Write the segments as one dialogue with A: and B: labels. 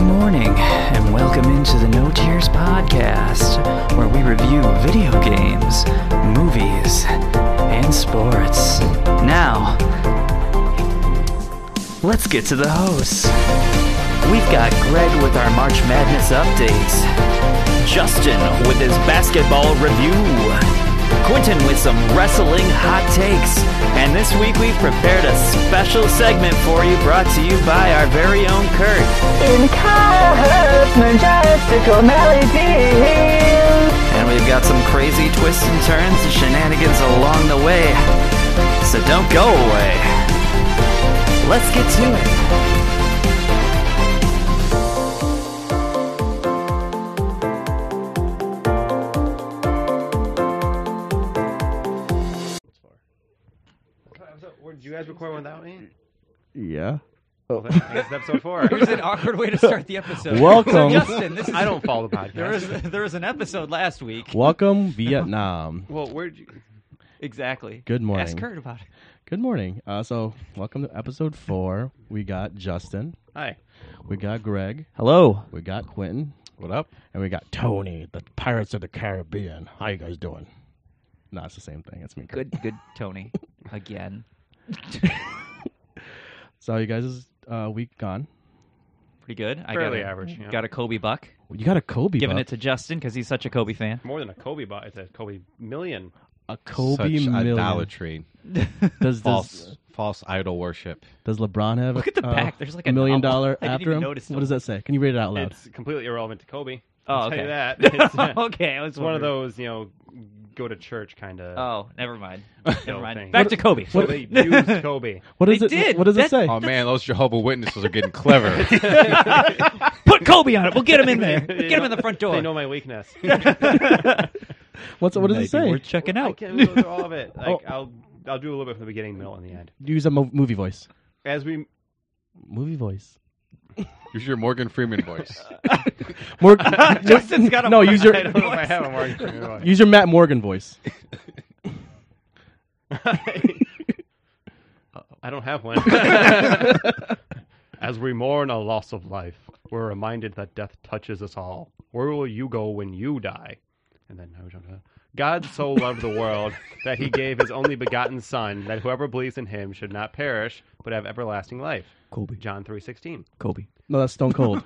A: morning, and welcome into the No Tears podcast, where we review video games, movies, and sports. Now, let's get to the hosts. We've got Greg with our March Madness updates, Justin with his basketball review, Quentin with some wrestling hot takes, and this week we've prepared a special segment for you brought to you by our very own Kurt.
B: In curves, majestical melodies.
A: And we've got some crazy twists and turns and shenanigans along the way. So don't go away. Let's get to it.
C: Did you guys record without me?
D: Yeah.
C: Well, then, I guess it's episode four.
E: It was an awkward way to start the episode.
D: Welcome.
E: So, Justin. This is,
C: I don't follow the podcast.
E: There was there was an episode last week.
D: Welcome, Vietnam.
C: Well, where'd you?
E: Exactly.
D: Good morning.
E: Ask Kurt about it.
D: Good morning. Uh, so, welcome to episode four. We got Justin.
C: Hi.
D: We got Greg.
A: Hello.
D: We got Quentin.
C: What up?
D: And we got Tony, the Pirates of the Caribbean. How you guys doing? No, it's the same thing. It's me. Kurt.
E: Good good Tony. Again.
D: So, you guys' uh, week gone?
E: Pretty good. I
C: Fairly
E: got a,
C: average. Yeah.
E: Got a Kobe buck.
D: You got a Kobe.
E: Giving
D: buck.
E: it to Justin because he's such a Kobe fan.
C: More than a Kobe bot. It's a Kobe million.
D: a Kobe
F: such
D: million.
F: idolatry,
D: Does,
F: false,
D: does,
F: false idol worship.
D: does LeBron have
E: Look
D: a,
E: at the
D: uh,
E: back. There's like a
D: million
E: novel.
D: dollar
E: I didn't
D: after
E: even
D: him?
E: notice
D: What does that say? Can you read it out loud?
C: It's completely irrelevant to Kobe.
E: Oh,
C: I'll
E: okay.
C: tell you that. It's, uh,
E: okay, I was
C: it's one of
E: wondering.
C: those, you know, go to church kind of.
E: Oh, never mind. Never
C: No,
E: mind.
C: thanks.
E: Back to Kobe.
C: so they used Kobe.
D: what does
E: they
D: it?
E: did.
D: What does it
E: That's-
D: say?
F: Oh man, those Jehovah Witnesses are getting clever.
E: Put Kobe on it. We'll get him in there.
C: They
E: Get him
C: know-
E: in the front
C: They
E: door.
C: know my weakness.
D: What's what does it say?
E: We're checking
C: I
E: out.
C: can't go through all of it. Like
D: Oh.
C: I'll, I'll do a little bit from the beginning, middle, and the end.
D: Use a mo- movie voice.
C: As we,
D: Movie voice.
F: Use your Morgan Freeman voice.
D: Mor-
E: Justin's got a
D: no, use
C: I
D: your
C: don't know if I have a mark.
D: use your Matt Morgan voice.
C: I don't have one. As we mourn a loss of life, we're reminded that death touches us all. Where will you go when you die? And then God so loved the world that he gave his only begotten son that whoever believes in him should not perish but have everlasting life.
D: Kobe.
C: John 3:16.
E: Kobe.
D: No, that's Stone Cold.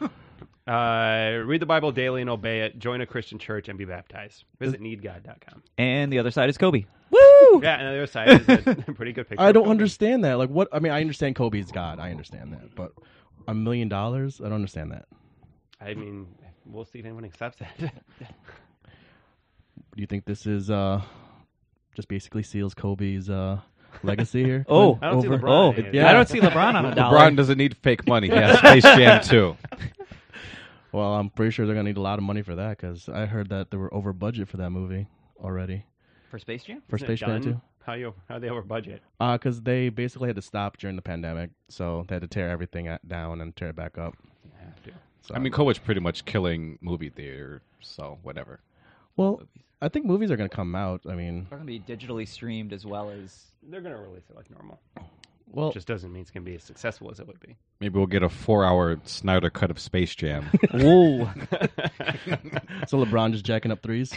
C: Uh, read the Bible daily and obey it. Join a Christian church and be baptized. Visit needgod.com.
E: And the other side is Kobe.
C: Yeah, and the other side is a pretty good picture.
D: I
C: of
D: don't
C: Kobe.
D: understand that. Like, what? I mean, I understand Kobe's God. I understand that, but a million dollars? I don't understand that.
C: I mean, we'll see if anyone accepts it.
D: Do you think this is uh just basically seals Kobe's uh legacy here?
E: Oh,
C: I don't see
D: Over-
C: LeBron.
E: Oh,
C: in it.
D: Yeah.
E: I don't see LeBron on a dollar.
F: LeBron doesn't need fake money. He has Space Jam too.
D: Well, I'm pretty sure they're gonna need a lot of money for that because I heard that they were over budget for that movie already
E: for Space Jam.
D: for
C: Isn't it
D: Space Jam
C: done?
D: Two.
C: How you how they over budget?
D: Uh, because they basically had to stop during the pandemic, so they had to tear everything a- down and tear it back up. So,
F: I mean, COVID's pretty much killing movie theater, so whatever.
D: well, I think movies are gonna come out. I mean,
E: They're going to be digitally streamed as well as.
C: They're gonna release it like normal.
D: well,
C: Just doesn't mean it's gonna be as successful as it would be.
F: Maybe we'll get a four-hour Snyder cut of Space Jam.
E: Whoa!
D: so LeBron just jacking up threes.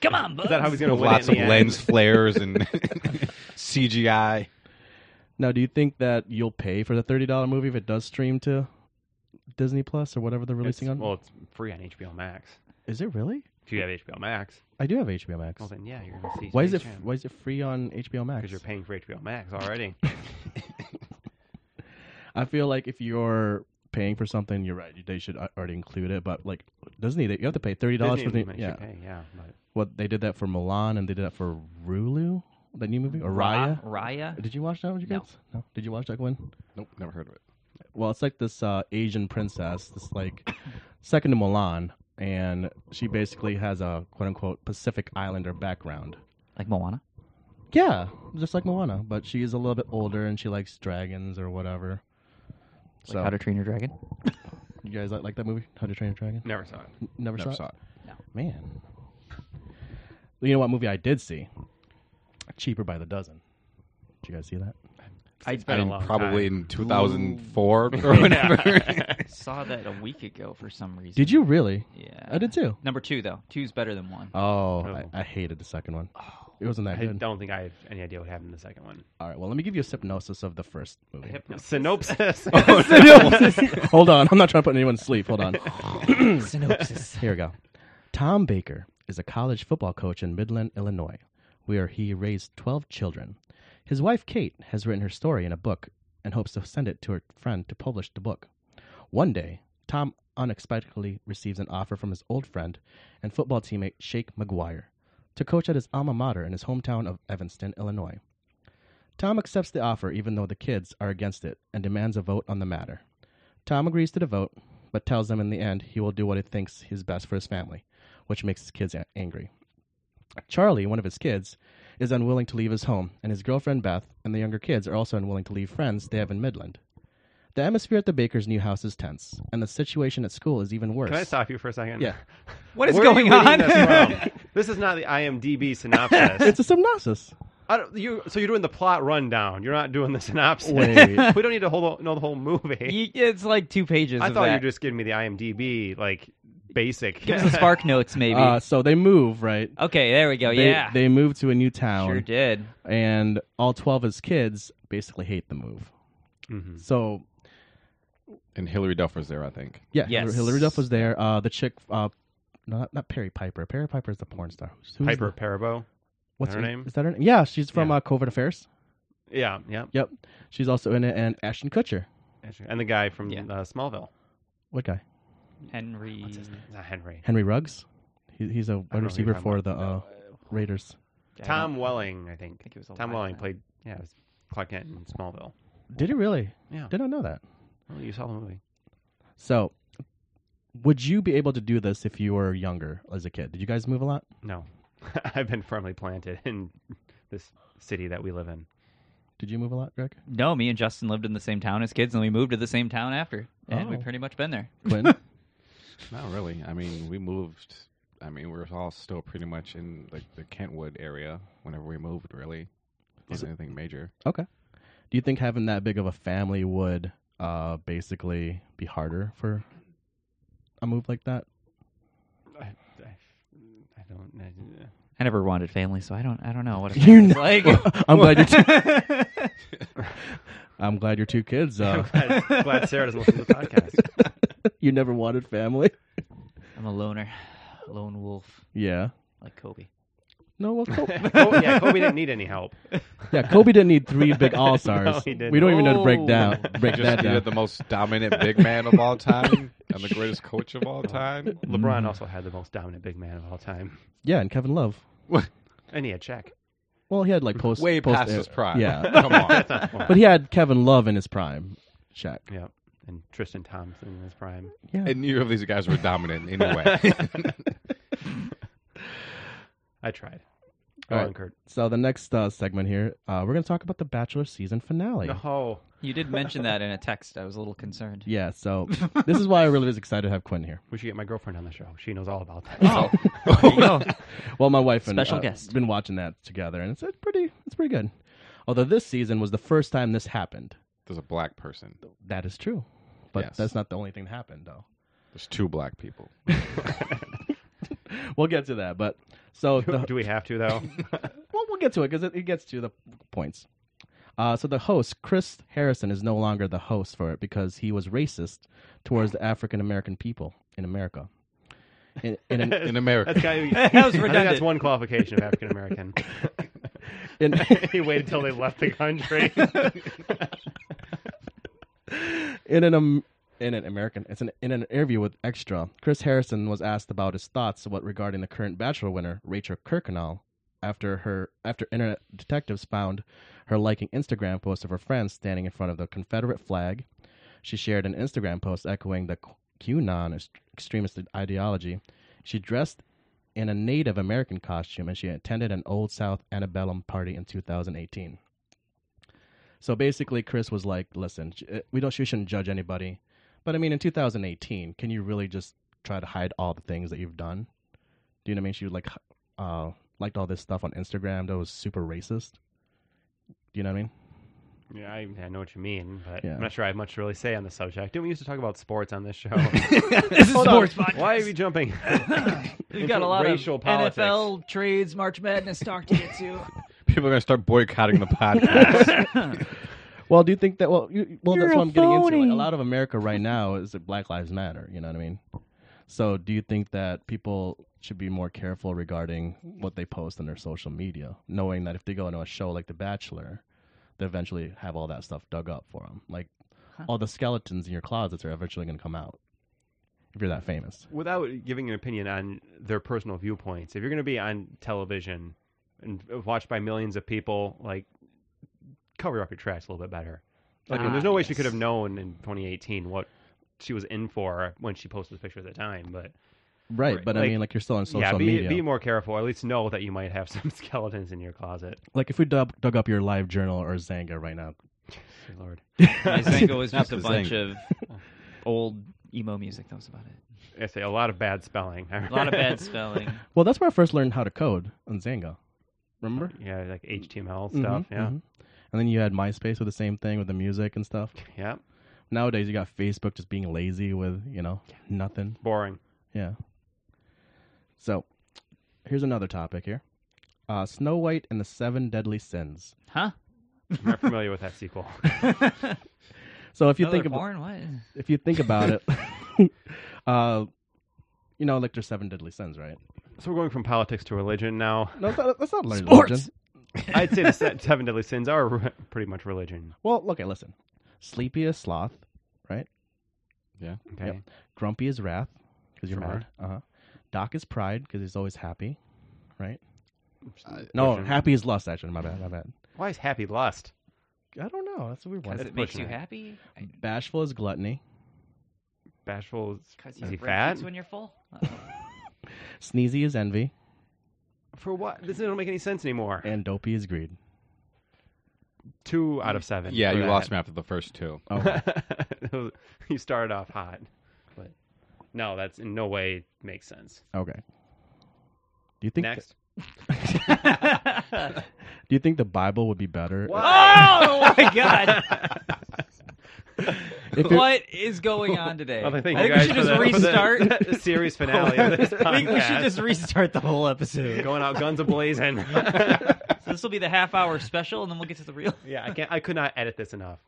E: Come on, bud.
C: Is that how he's gonna win
F: Lots
C: it
F: of
C: in the
F: lens flares and CGI.
D: now, do you think that you'll pay for the thirty dollar movie if it does stream to Disney Plus or whatever they're
C: End? It's,
D: releasing on?
C: well, it's free on HBO Max.
D: is it really?
C: If you have HBO Max,
D: I do have HBO Max.
C: well then yeah, you're gonna see.
D: why is it? f- Why is it free on HBO Max?
C: Because you're paying for HBO Max already.
D: I feel like if you're paying for something, you're right. They should a- already include it. But like Disney, they, you have to pay thirty dollars for
C: Disney
D: the
C: makes you
D: yeah.
C: pay, yeah. But
D: What they did that for Milan and they did that for Rulu, the new movie or
E: Ra-
D: Raya.
E: Raya.
D: Did you watch that one, you
E: No.
D: guys? No. Did you watch that one?
F: Nope, never heard of it.
D: Well, it's like this uh, Asian princess, this like second to Milan, and she basically has a quote unquote Pacific Islander background.
E: Like Moana.
D: Yeah, just like Moana, but she is a little bit older and she likes dragons or whatever.
E: Like
D: so
E: How to Train Your Dragon.
D: you guys like, like that movie, How to Train Your Dragon?
C: never saw it.
D: Never,
F: Never
D: saw,
F: saw it.
D: Man. You know what movie I did see? Cheaper by the Dozen. Did you guys see that?
E: I
C: It's been a long
F: probably
C: time.
F: in 2004 or whatever.
E: saw that a week ago for some reason.
D: Did you really?
E: Yeah.
D: I did too.
E: Number two though. Two's better than one.
D: Oh,
C: Oh.
D: I, I hated the second one. It wasn't that
C: I
D: good.
C: don't think I have any idea what happened in the second one.
D: All right, well, let me give you a synopsis of the first movie.
C: Synopsis.
D: Hold on, I'm not trying to put anyone to sleep. Hold on.
E: Synopsis.
D: Here we go. Tom Baker is a college football coach in Midland, Illinois, where he raised 12 children. His wife, Kate, has written her story in a book and hopes to send it to her friend to publish the book. One day, Tom unexpectedly receives an offer from his old friend and football teammate, Shake McGuire, to coach at his alma mater in his hometown of Evanston, Illinois. Tom accepts the offer even though the kids are against it and demands a vote on the matter. Tom agrees to the vote, but tells them in the end he will do what he thinks is best for his family, which makes his kids a- angry. Charlie, one of his kids, is unwilling to leave his home, and his girlfriend Beth and the younger kids are also unwilling to leave friends they have in Midland. The atmosphere at the Baker's new house is tense, and the situation at school is even worse.
C: Can I stop you for a second?
D: Yeah.
E: What is
C: Where are you reading
E: going on?
C: This, from? This is not the IMDb synopsis.
D: It's a synopsis.
C: I don't, you, so you're doing the plot rundown. You're not doing the synopsis.
D: Wait.
C: we don't need to hold, know the whole movie.
E: You- it's like two pages.
C: I
E: of
C: thought you were
E: that.
C: just giving me the IMDb like basic.
E: give us the spark notes maybe.
D: Uh, so they move, right?
E: okay, there we go.
D: They,
E: yeah,
D: they move to a new town.
E: sure did.
D: and all 12 of his kids basically hate the move.
C: Mhm.
D: So,
F: and Hillary Duff was there, I think.
D: yeah, Hil-
E: Yes.
D: Hillary Duff was there. Uh, the chick, uh, not, not Perry Piper. Perry Piper is the porn star. Who's- who's
C: Piper
D: the-
C: Parabo.
D: what's
C: her
D: her
C: name?
D: Is that her name? Yeah, she's from
C: Yeah.
D: Uh, COVID Affairs.
C: Yeah, yeah.
D: Yep. She's also in it. And Ashton Kutcher.
C: And the guy from
E: Yeah.
C: uh, Smallville.
D: What guy?
E: Mm-hmm. Henry.
C: What's his name? Not Henry.
D: Henry Ruggs. He, he's a
C: who
D: wide
C: you're
D: receiver
C: talking
D: for the uh, Raiders.
E: I
C: Tom
E: don't-
C: Welling, I think.
E: I think it was a
C: Tom
E: live
C: Welling
E: guy.
C: played yeah, it was Clark Kent in Smallville.
D: Did he really?
C: Yeah.
D: Did not know that.
C: Oh, you saw the movie.
D: So, would you be able to do this if you were younger as a kid? Did you guys move a lot?
C: No. I've been firmly planted in this city that we live in.
D: Did you move a lot, Greg?
E: No, me and Justin lived in the same town as kids, and we moved to the same town after, and
D: Oh.
E: we've pretty much been there.
D: Quinn?
F: Not really. I mean, we moved. I mean, we were all still pretty much in like the Kentwood area whenever we moved. Really, wasn't anything major.
D: Okay. Do you think having that big of a family would uh, basically be harder for a move like that?
C: I, I, I don't. I,
E: I never wanted family, so I don't. I don't know what
D: You
E: it's
D: know-
E: like.
D: I'm glad you. Two- I'm glad your two kids. Uh,
C: I'm glad, glad Sarah doesn't listen to the podcast.
D: you never wanted family.
E: I'm a loner, lone wolf,
D: Yeah.
E: like Kobe.
D: No. Well, Kobe,
C: Kobe, yeah, Kobe didn't need any help.
D: yeah. Kobe didn't need three big all stars.
C: No, he didn't.
D: we don't even know to break
E: Oh.
D: down. Break
F: Just
D: that
F: you're
D: down.
F: the most dominant big man of all time and the greatest coach of all time.
E: Mm.
C: LeBron also had the most dominant big man of all time,
D: yeah, and Kevin Love.
C: and he had check.
D: Well, he had like post
F: Way
D: post-
F: past his prime.
D: Yeah,
F: Come on.
D: but he had Kevin Love in his prime. Shaq.
C: Yeah, and Tristan Thompson in his prime.
D: Yeah.
F: And neither of these guys were dominant anyway.
C: I tried. Go
D: All right.
C: on, Kurt.
D: so the next uh, segment here, uh, we're gonna talk about the Bachelor season finale.
C: No,
E: You did mention that in a text. I was a little concerned.
D: Yeah, so this is why I really was excited to have Quinn here.
C: we should get my girlfriend on the show. She knows all about that.
E: Oh, there you go.
D: Well, my wife and
E: Special
D: uh,
E: guest.
D: been watching that together, and it's, it's pretty. It's pretty good. Although this season was the first time this happened.
F: There's a black person.
D: That is true, but
F: Yes.
D: that's not the only thing that happened, though.
F: There's two black people.
D: We'll get to that, but so the,
C: Do we have to though?
D: well, we'll get to it because it, it gets to the points. Uh, so the host, Chris Harrison, is no longer the host for it because he was racist towards the African American people in America. In, in an,
F: In America.
C: That's guy.
E: That was
C: I think that's
E: redundant.
C: one qualification of African American.
D: in,
C: he waited till they left the country.
D: in an um, in an American, it's an in an interview with Extra. Chris Harrison was asked about his thoughts what regarding the current Bachelor winner Rachel Kirkconnell after her after internet detectives found her liking Instagram posts of her friends standing in front of the Confederate flag. She shared an Instagram post echoing the QAnon ex- extremist ideology. She dressed in a Native American costume and she attended an Old South antebellum party in 2018. So basically, Chris was like, "Listen, sh- uh, we don't, we shouldn't judge anybody, but I mean, in 2018, can you really just try to hide all the things that you've done? Do you know what I mean? She like, h- uh, liked all this stuff on Instagram that was super racist. Do you know what I mean?
C: Yeah, I, I know what you mean, but
D: Yeah.
C: I'm not sure I have much to really say on the subject. Didn't we used to talk about sports on this show?
E: this is
C: Hold on.
E: sports
C: Why are we jumping?
E: We've got a lot
C: racial
E: of
C: politics.
E: NFL trades, March Madness talk to get to.
F: People are gonna start boycotting the podcast.
D: Well, do you think that? Well, you, well,
B: You're
D: that's
B: a
D: what I'm getting into. Like,
B: phony.
D: a lot of America right now is that Black Lives Matter. You know what I mean? So, do you think that people should be more careful regarding what they post on their social media, knowing that if they go into a show like The Bachelor, they eventually have all that stuff dug up for them? Like all the skeletons in your closets are eventually going to come out if you're that famous.
C: Without giving an opinion on their personal viewpoints, if you're going to be on television and watched by millions of people, like cover up your tracks a little bit better. Like,
E: Ah,
C: there's no way she
E: yes.
C: could have known in 2018 what she was in for when she posted the picture at the time. But
D: Right,
C: Right,
D: but I
C: like-
D: mean, like you're still on social
C: yeah, be
D: media.
C: be more careful. Or at least know that you might have some skeletons in your closet.
D: like if we dug, dug up your live journal or Zanga right now,
C: Good Lord,
E: My Zango was
F: Not
E: just a
F: the
E: bunch
F: Zango.
E: of old emo music. That was about it.
C: I say a lot of bad spelling.
E: A lot of bad spelling.
D: well, that's where I first learned how to code on Zanga. Remember?
C: yeah, like HTML
D: Mhm,
C: stuff. Yeah,
D: mhm. And then you had MySpace with the same thing with the music and stuff.
C: yeah,
D: Nowadays, you got Facebook just being lazy with, you know, nothing.
C: boring.
D: Yeah. So, here's another topic here uh, Snow White and the Seven Deadly Sins.
E: Huh?
C: I'm not familiar with that sequel.
D: So, if you
E: Another
D: think about,
E: Oh, porn? What?
D: if you think about it, uh, you know, like there's seven deadly sins, right?
C: So we're going from politics to religion now.
D: No, that's not, that's not learning
E: Sports!
D: religion.
C: I'd say the se- seven deadly sins are re- pretty much religion.
D: Well, okay, listen. Sleepy as sloth, right?
F: yeah,
C: Okay.
D: Yep. Grumpy is wrath because you're
C: Sure.
D: mad. Uh huh. Doc is pride because he's always happy, right?
C: Uh,
D: No,
C: pushing-
D: happy is lust. Actually, my bad. My bad.
C: Why is happy lust?
D: I don't know. That's a weird
E: Because
D: one.
E: it makes
C: pushing
E: you
C: it.
E: happy?
D: Bashful is gluttony.
C: Bashful is,
E: Because
C: is
E: you
C: he fat?
E: have when you're full?
D: Sneezy is envy,
C: For what? This doesn't make any sense anymore.
D: and dopey is greed.
C: Two out of seven.
F: yeah.
C: for
F: You
C: that.
F: lost me after the first two.
D: Oh,
C: you started off hot, but no, that's in no way makes sense.
D: okay. Do you think?
C: Next.
E: oh
D: do you think the Bible would be better? if-
E: my god!
D: If it-
E: What is going on today?
C: Well, thank
E: I
C: you
E: think we
C: guys
E: should
C: for the- for
E: just
C: the-
E: restart.
C: the series finale of this
E: we, we should
C: podcast.
E: just restart the whole episode.
C: going out guns a blazing.
E: So this will be the half hour special, and then we'll get to the real.
C: yeah, I can't. I could not edit this enough.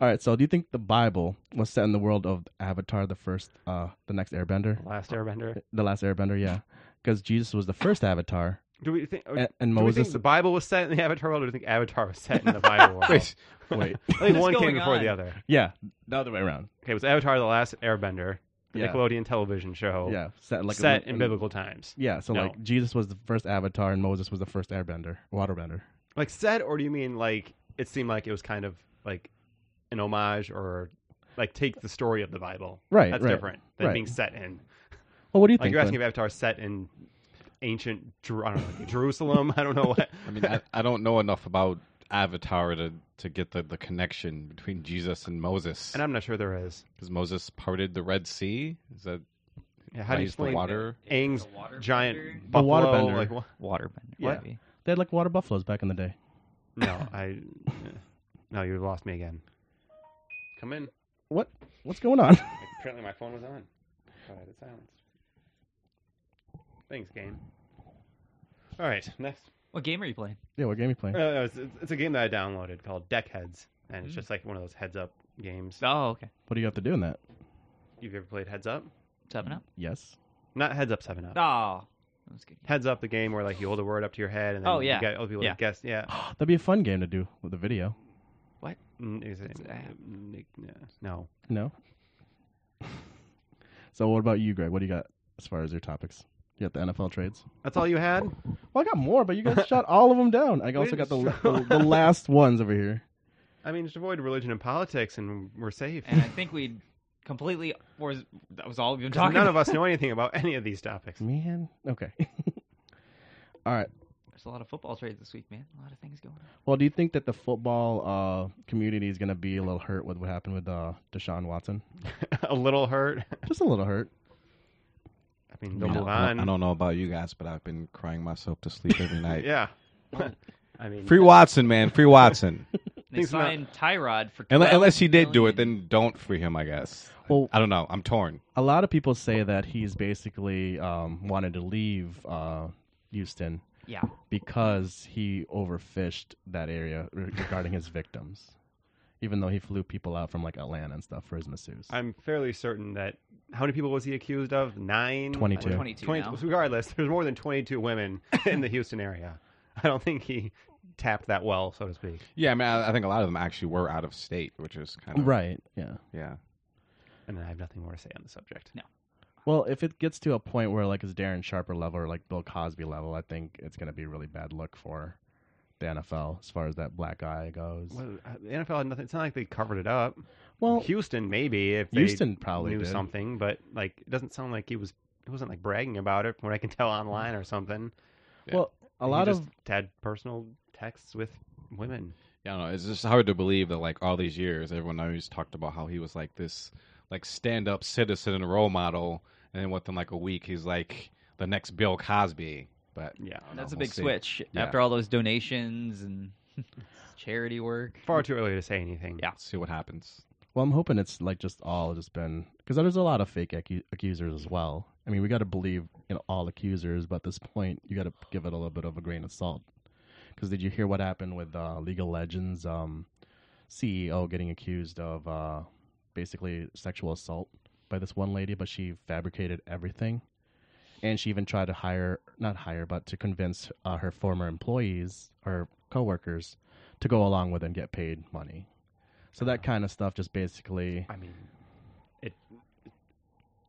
D: All right. So, do you think the Bible was set in the world of Avatar, the first, uh, the next Airbender,
C: Last Airbender.
D: the last Airbender? Yeah, because Jesus was the first Avatar,
C: Do we think?
D: and, and
C: do we think
D: Moses.
C: the Bible was set in the Avatar world, or do we think Avatar was set in the Bible world?
F: Wait,
D: Wait.
C: I think
E: What's
C: one
E: going
C: came before
E: on?
C: the other.
D: Yeah, the other way around.
C: Okay, it was Avatar: The Last Airbender, the
D: Yeah.
C: Nickelodeon television show,
D: Yeah, set like
C: Oh. set
D: a-
C: in biblical times.
D: Yeah, so
C: No.
D: like Jesus was the first Avatar and Moses was the first Airbender, Waterbender.
C: Like set, or do you mean like it seemed like it was kind of like an homage, or like take the story of the Bible?
D: Right,
C: that's
D: right,
C: different than
D: right.
C: being set in.
D: Well, what do you
C: Like
D: think?
C: you're asking if
D: Glenn?
C: Avatar is set in ancient, Jer- I don't know, Jerusalem. I don't know what.
F: I mean, I, I don't know enough about Avatar to to get the, the connection between Jesus and Moses
C: And I'm not sure there is.
F: because Moses parted the Red Sea. Is that
C: Yeah, how do you
F: raised the
C: explain
F: water?
C: Aang's
E: water bender?
C: giant
D: The
C: buffalo?
D: water bender.
C: Like, wha-
E: Waterbender.
C: Yeah.
E: maybe.
D: they had like water buffaloes back in the day.
C: no, I. No, you lost me again. Come in.
D: What? What's going on?
C: Apparently, my phone was on. I had it silenced. Thanks, game. All right, next.
E: What game are you playing?
D: yeah, what game you playing?
C: Uh, no, it's, it's a game that I downloaded called Deckheads, and it's
E: Mm.
C: just like one of those heads-up games.
E: Oh, okay.
D: What do you have to do in that?
C: You've ever played Heads Up?
E: Seven up.
D: Yes.
C: Not Heads Up Seven Up.
E: Oh, that was good.
C: Heads Up, the game where like you hold a word up to your head, and then
E: Oh, yeah.
C: you get other people to
E: Yeah.
C: guess. Yeah.
D: That'd be a fun game to do with a video.
C: Mm, is it-
E: It's an app.
C: Nick- yeah. No.
D: No. so what about you, Greg? What do you got as far as your topics? You got the NFL trades.
C: That's all you had.
D: Well, I got more, but you guys shot all of them down. I also got the, the the last ones over here.
C: I mean, just avoid religion and politics, and we're safe.
E: And I think we completely. Or that was all we've been
C: 'Cause
E: talking.
C: None of
E: about.
C: us know anything about any of these topics.
D: Man, okay. all right.
E: There's a lot of football trades this week, man. A lot of things going on.
D: Well, do you think that the football uh, community is going to be a little hurt with what happened with uh, Deshaun Watson?
C: a little hurt.
D: Just a little hurt.
C: I mean,
F: I
C: they'll
F: mean,
C: move
F: I don't- I
C: on.
F: don't know about you guys, but I've been crying myself to sleep every night.
C: Yeah. I mean,
F: Free Watson, man. Free Watson.
E: They
C: Things not-
E: signed Tyrod for
F: unless,
E: 12
F: unless he did do it,
E: million.
F: then don't free him. I guess.
D: Well-
F: I don't know. I'm torn.
D: A lot of people say that he's basically um, wanted to leave uh, Houston
E: yeah,
D: because he overfished that area re- regarding his victims, even though he flew people out from like Atlanta and stuff for his masseuse.
C: I'm fairly certain that how many people was he accused of? Nine,
D: 22.
C: Or
E: 22 now.
C: so regardless, there's more than 22 women in the Houston area. I don't think he tapped that well, so to speak.
F: Yeah, I mean, I, I think a lot of them actually were out of state, which is kind of
D: Right. Yeah.
F: Yeah.
C: And I have nothing more to say on the subject.
D: Well, if it gets to a point where like it's Darren Sharper level or like Bill Cosby level, I think it's going to be a really bad look for the NFL as far as that black eye goes.
C: Well, uh, the NFL had nothing. It's not like they covered it up.
D: Well,
C: Houston maybe if they
D: Houston probably
C: knew
D: did.
C: something, but like it doesn't sound like he was. He wasn't like bragging about it from what I can tell online or something.
D: Well, a
C: He
D: lot
C: just
D: of
C: had personal texts with women.
F: Yeah, I don't know. It's just hard to believe that like all these years, everyone always talked about how he was like this, like stand up citizen and role model, and then within like a week, he's like the next Bill Cosby. But
C: Yeah,
F: I don't
E: that's
F: know.
E: a
F: We'll
E: big
F: see.
E: switch
F: Yeah.
E: after all those donations and charity work.
C: far too early to say anything.
E: Yeah.
F: See what happens.
D: Well, I'm hoping it's like just all just been because there's a lot of fake acu- accusers as well. I mean, we got to believe in all accusers, but at this point, you got to give it a little bit of a grain of salt. Because did you hear what happened with uh, League of Legends um, CEO getting accused of uh, basically sexual assault by this one lady, but she fabricated everything, and she even tried to hire not hire, but to convince uh, her former employees or coworkers to go along with and get paid money. So that kind of stuff just basically
C: I mean, it.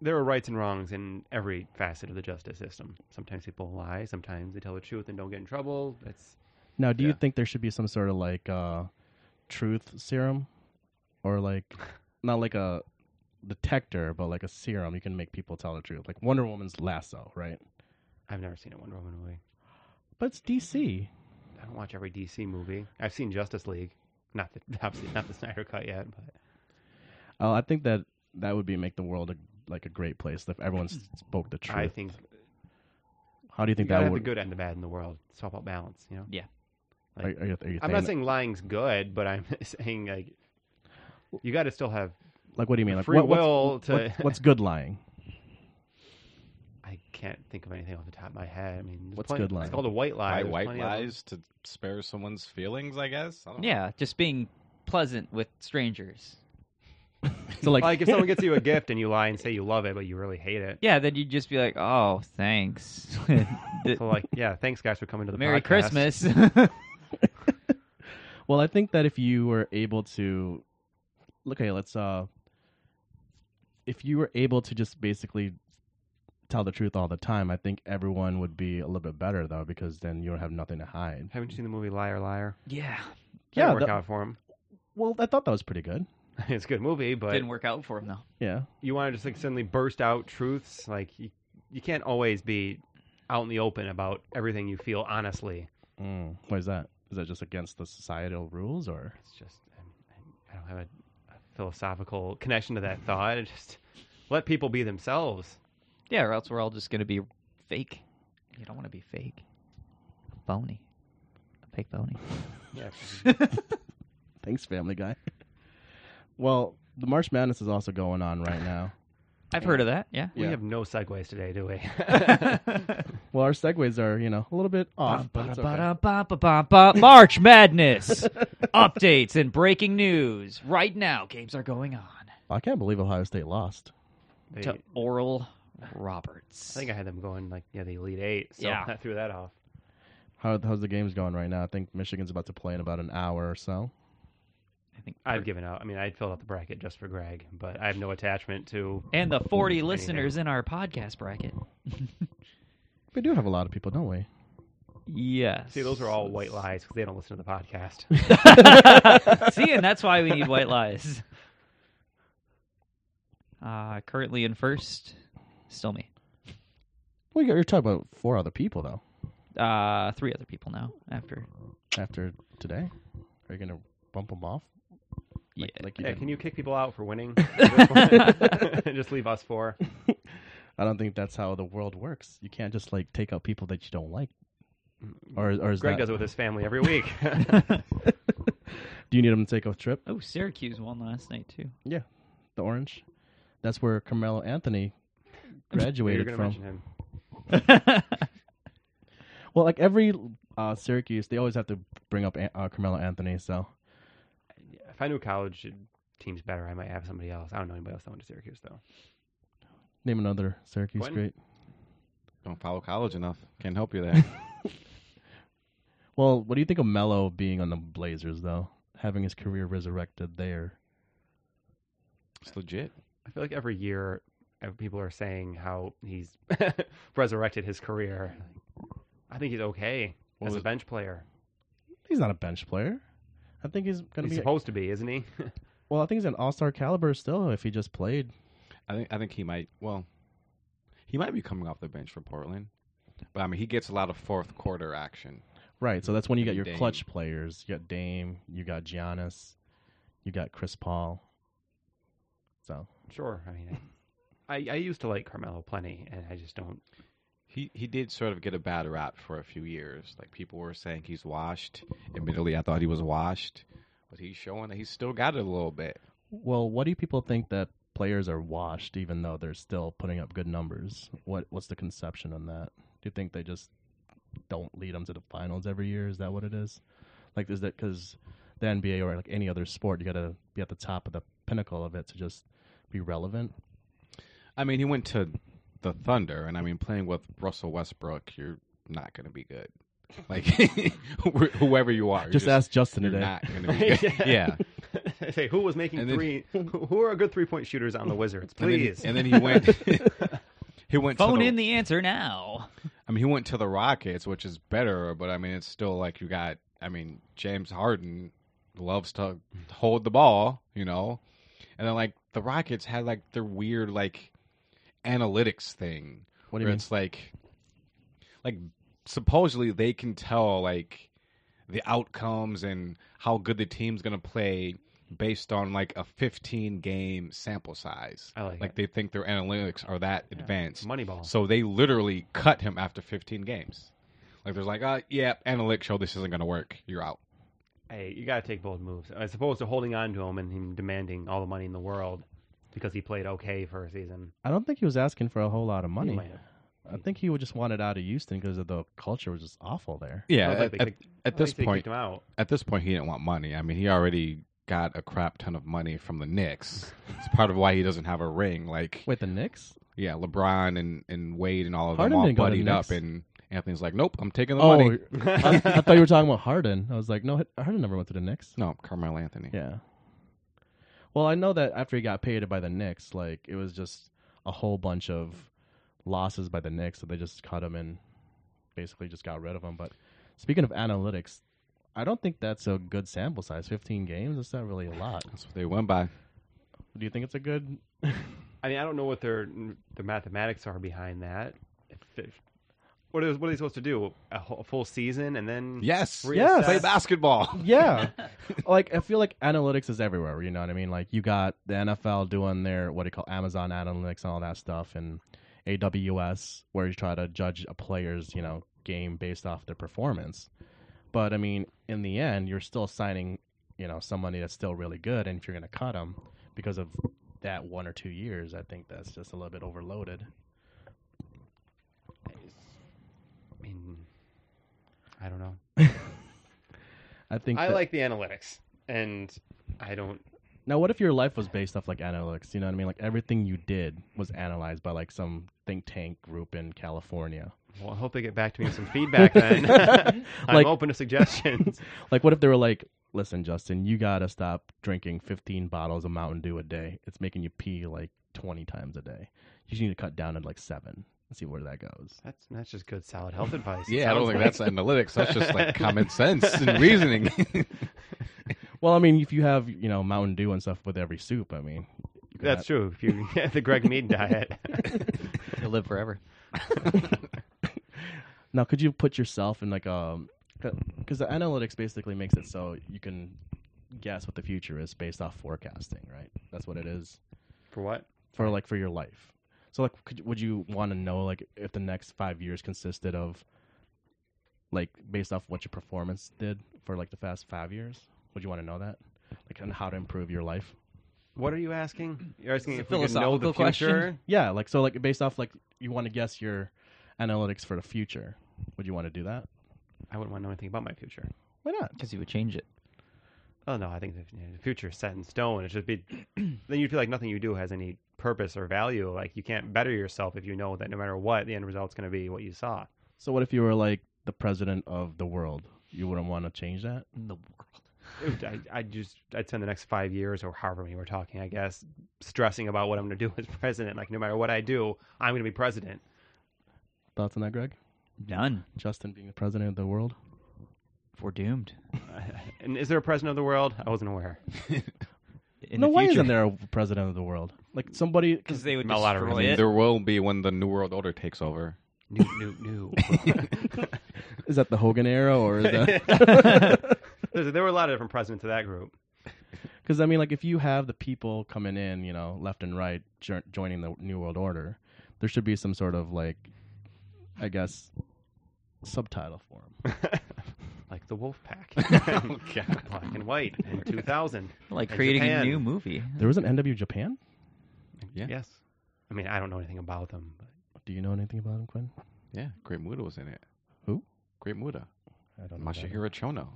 C: There are rights and wrongs in every facet of the justice system. Sometimes people lie. Sometimes they tell the truth and don't get in trouble. That's
D: Now, do you
F: Yeah.
D: think there should be some sort of like uh, truth serum, or like not like a detector, but like a serum you can make people tell the truth, like Wonder Woman's lasso, right?
C: I've never seen a Wonder Woman movie.
D: But it's DC.
C: I don't watch every DC movie. I've seen Justice League, not the obviously not the Snyder cut yet, but
D: Oh, I think that that would be make the world a, like a great place if everyone s- spoke the truth.
C: I think
D: How do you
C: you
D: think
C: gotta
D: that
C: have
D: would?
C: the good and the bad in the world. It's all about balance, you know.
D: are, are you, are you
C: I'm not
D: thinking-
C: saying lying's good, but I'm saying like you got to still have,
D: like what do you mean? Like
C: free
D: what- what's-
C: will to.
D: what- what's good lying?
C: I can't think of anything off the top of my head. I mean, there's
D: What's
C: plenty-
D: good lying?
C: It's called a white lie.
F: Why
C: There's
F: white
C: plenty of them.
F: lies to spare someone's feelings? I guess. I don't know.
E: Yeah, just being pleasant with strangers.
D: So like,
C: Like if someone gets you a gift and you lie and say you love it, but you really hate it.
E: Yeah, then you'd just be like, "Oh, thanks. Th-
C: So like, yeah, thanks guys for coming to the
E: Merry
C: podcast.
E: Christmas."
D: Well, I think that if you were able to, okay, let's uh, if you were able to just basically tell the truth all the time, I think everyone would be a little bit better though, because then you don't have nothing to hide.
C: Haven't you seen the movie Liar Liar?
E: yeah,
C: Didn't
D: Yeah,
C: work
D: that-
C: out for him.
D: Well, I thought that was pretty good.
C: it's a good movie, but
E: didn't work out for him though.
D: Yeah,
C: you want to just like suddenly burst out truths. Like you, you can't always be out in the open about everything you feel honestly.
D: mm. why is that? Is that just against the societal rules, or
C: It's just I, I don't have a, a philosophical connection to that thought. I just let people be themselves.
E: Yeah, or else we're all just gonna be fake. You don't want to be fake. Phony. A fake phony.
C: Yeah.
D: thanks, Family Guy? well, the March Madness is also going on right now.
E: I've heard of that. Yeah.
C: We
D: Yeah.
C: have no segues today, do we?
D: Well, our segues are you know a little bit off. but it's okay.
E: Ba-da-ba-da-ba-ba-ba. March Madness updates and breaking news right now. Games are going on
D: I can't believe Ohio State lost.
C: They-
E: to Oral
C: I
E: Roberts.
C: think I had them going like yeah, the Elite Eight. So
E: Yeah.
C: I threw that off.
D: How, how's the games going right now? I think Michigan's about to play in about an hour or so.
E: I think-
C: I've given up. I mean, I filled out the bracket just for Greg, but I have no attachment to.
E: and the 40 listeners in our podcast bracket.
D: We do have a lot of people, don't we?
E: Yes.
C: See, those are all white lies because they don't listen to the podcast.
E: See, and that's why we need white lies. Uh, currently in first, still me.
D: Well, you're you're talking about four other people though.
E: Uh, three other people now after.
D: After today, are you gonna bump them off? Like,
E: Yeah.
D: like you
C: yeah,
D: did-
C: Eh, can you kick people out for winning? just leave us four.
D: I don't think that's how the world works. You can't just like take out people that you don't like. Or, or is
C: Mm, Greg
D: that,
C: does it with his family every week.
D: Do you need him to take a trip?
E: Oh, Syracuse won last night too.
D: The orange. That's where Carmelo Anthony
C: You're
D: graduated
C: gonna
D: from.
C: mention him.
D: Well, like every uh, Syracuse, they always have to bring up An- uh, Carmelo Anthony. So
C: If I knew college teams better, I might have somebody else. I don't know anybody else that went to Syracuse though.
D: name another Syracuse
C: Quentin?
D: great.
F: Don't follow college enough. Can't help you there.
D: Well, what do you think of Melo being on the Blazers though? Having his career resurrected there.
F: it's legit.
C: I feel like every year uh, people are saying how he's resurrected his career. I think he's okay
F: What
C: as a
F: was-
C: bench player.
D: He's not a bench player. I think he's gonna
C: He's
D: be.
C: supposed to be, isn't he?
D: well, I think he's an all-star caliber still if he just played.
F: I think I think he might. Well, he might be coming off the bench for Portland, but I mean he gets a lot of fourth quarter action.
D: Right. So that's when you got your
F: Dame.
D: clutch players. You got Dame. You got Giannis. You got Chris Paul. So
C: sure. I mean, I, I used to like Carmelo plenty, and I just don't.
F: He he did sort of get a bad rap for a few years. Like people were saying he's washed. Admittedly, I thought he was washed, but he's showing that he's still got it a little bit.
D: Well, what do people think that players are washed, even though they're still putting up good numbers? What What's the conception on that? Do you think they just don't lead them to the finals every year? Is that what it is? Like, is that because the NBA or like any other sport, you got to be at the top of the pinnacle of it to just be relevant?
F: I mean, he went to the Thunder, and I mean, playing with Russell Westbrook, you're not going to be good. Like wh- whoever you are, you're
D: Just, ask Justin
F: You're
D: today.
F: not going to be good. yeah.
C: Say who was making
F: And then-
C: three? Who who are good three point shooters on the Wizards? Please.
F: And then, he- and then he went. he went.
E: Phone
F: to the,
E: in the answer now.
F: I mean, he went to the Rockets, which is better, but I mean, it's still like you got. I mean, James Harden loves to hold the ball, you know, and then like the Rockets had like their weird like analytics thing
D: What do you
F: where
D: mean?
F: it's like like supposedly they can tell like the outcomes and how good the team's going to play based on like a 15 game sample size
C: I like,
F: like they think their analytics are that advanced
C: it. Moneyball.
F: so they literally cut him after 15 games like there's like uh, yeah analytics show this isn't going to work you're out
C: hey, you got to take bold moves. As opposed to holding on to him and him demanding all the money in the world because he played okay for a season.
D: I don't think he was asking for a whole lot of
C: He
D: money.
C: might have-
D: I think he would just wanted out of Houston because of the culture was just awful there.
F: yeah
C: Sounds like
F: at,
C: they
F: at-
C: kicked-
F: at
C: at
F: this
C: least they
F: point
C: kicked him out.
F: at this point, he didn't want money. I mean, he already got a crap ton of money from the Knicks. It's part of why he doesn't have a ring. Like,
D: Wait, the Knicks?
F: yeah, LeBron and, and Wade and all of
D: Harden
F: them all
D: didn't go to
F: buddied
D: the
F: up,
D: Knicks.
F: and Anthony's like, "Nope, I'm taking the
D: Oh,
F: money."
D: I, I thought you were talking about Harden. I was like, no, Harden never went to the Knicks.
F: No, Carmelo Anthony.
D: Yeah. Well, I know that after he got paid by the Knicks, like it was just a whole bunch of losses by the Knicks, so they just cut him and basically just got rid of him. But speaking of analytics, I don't think that's a good sample size. Fifteen games, that's not really a lot.
F: That's what they went by.
D: Do you think it's a good?
C: I mean, I don't know what their the mathematics are behind that. If- if- What is what are they supposed to do? A, whole, a full season and then
F: Yes,
C: reassess?
D: Hmm. Yes.
F: play basketball.
D: Yeah, like I feel like analytics is everywhere. You know what I mean? Like you got the NFL doing their what do you call Amazon analytics and all that stuff, and AWS where you try to judge a player's you know game based off their performance. But I mean, in the end, you're still signing you know somebody that's still really good, and if you're going to cut them because of that one or two years, I think that's just a little bit overloaded.
C: I mean, I don't know.
D: I think
C: I
D: that-
C: like the analytics, and I don't.
D: Now, what if your life was based off like analytics? You know what I mean? Like everything you did was analyzed by like some think tank group in California.
C: Well, I hope they get back to me with some feedback. Then I'm
D: Like-
C: open to suggestions.
D: Like, what if they were like, listen, Justin, you got to stop drinking 15 bottles of Mountain Dew a day. It's making you pee like 20 times a day. You just need to cut down to like seven and see where that goes.
C: That's that's just good, solid health advice.
F: Yeah, I don't think that's analytics. That's just like common sense
C: and
F: and reasoning.
D: Well, I mean, if you have, you know, Mountain Dew and stuff with every soup, I mean, you could
C: that's true. If you have the Greg Mead diet,
E: He'll live forever.
D: Now, could you put yourself in like a because the analytics basically makes it so you can guess what the future is based off forecasting, right? That's what it is
C: for what?
D: for like for your life. So like, could, would you want to know like if the next five years consisted of like based off what your performance did for like the past five years? Would you want to know that? Like on how to improve your life?
C: What are you asking? You're asking if we can know
E: Philosophical
C: the
E: question.
C: future.
D: Yeah, like so like based off like you want to guess your analytics for the future. Would you want to do that?
C: I wouldn't want to know anything about my future.
D: Why not?
E: because you would change it.
C: Oh no, I think the, you know, the future is set in stone. It should be. then you feel like nothing you do has any purpose or value. Like you can't better yourself if you know that no matter what, the end result's going to be what you saw.
D: So what if you were like the president of the world? You wouldn't want to change that?
E: In the world.
C: It- I, I just I'd spend the next five years or however many we're talking, I guess, stressing about what I'm going to do as president. Like no matter what I do, I'm going to be president.
D: Thoughts on that, Greg?
E: None.
D: Justin being the president of the world?
E: We're doomed.
C: And is there a president of the world? I wasn't aware.
E: In
D: no,
E: the
D: why
E: future.
D: isn't there a president of the world? Like somebody,
E: Because they would
C: A lot of
E: destroy
F: I mean,
E: it.
F: there will be when the New World Order takes over.
C: New, new, new.
D: is that the Hogan era or is that? uh,
C: There's- there were a lot of different presidents of that group.
D: Because I mean, like if you have the people coming in, you know, left and right jo- joining the New World Order, there should be some sort of like, I guess, subtitle for them.
C: like the Wolf Pack. oh,
F: God.
C: Black and white in 2000.
E: Like
C: And
E: creating a
C: Japan.
E: new movie.
D: There was an NW Japan.
F: Yeah.
C: Yes. I mean, I don't know anything about them, but
D: Do you know anything about him, Quinn?
F: Yeah, Great Muda was in it.
D: Who?
F: Great Muda.
D: I don't know. about him.
F: Masahiro Chono.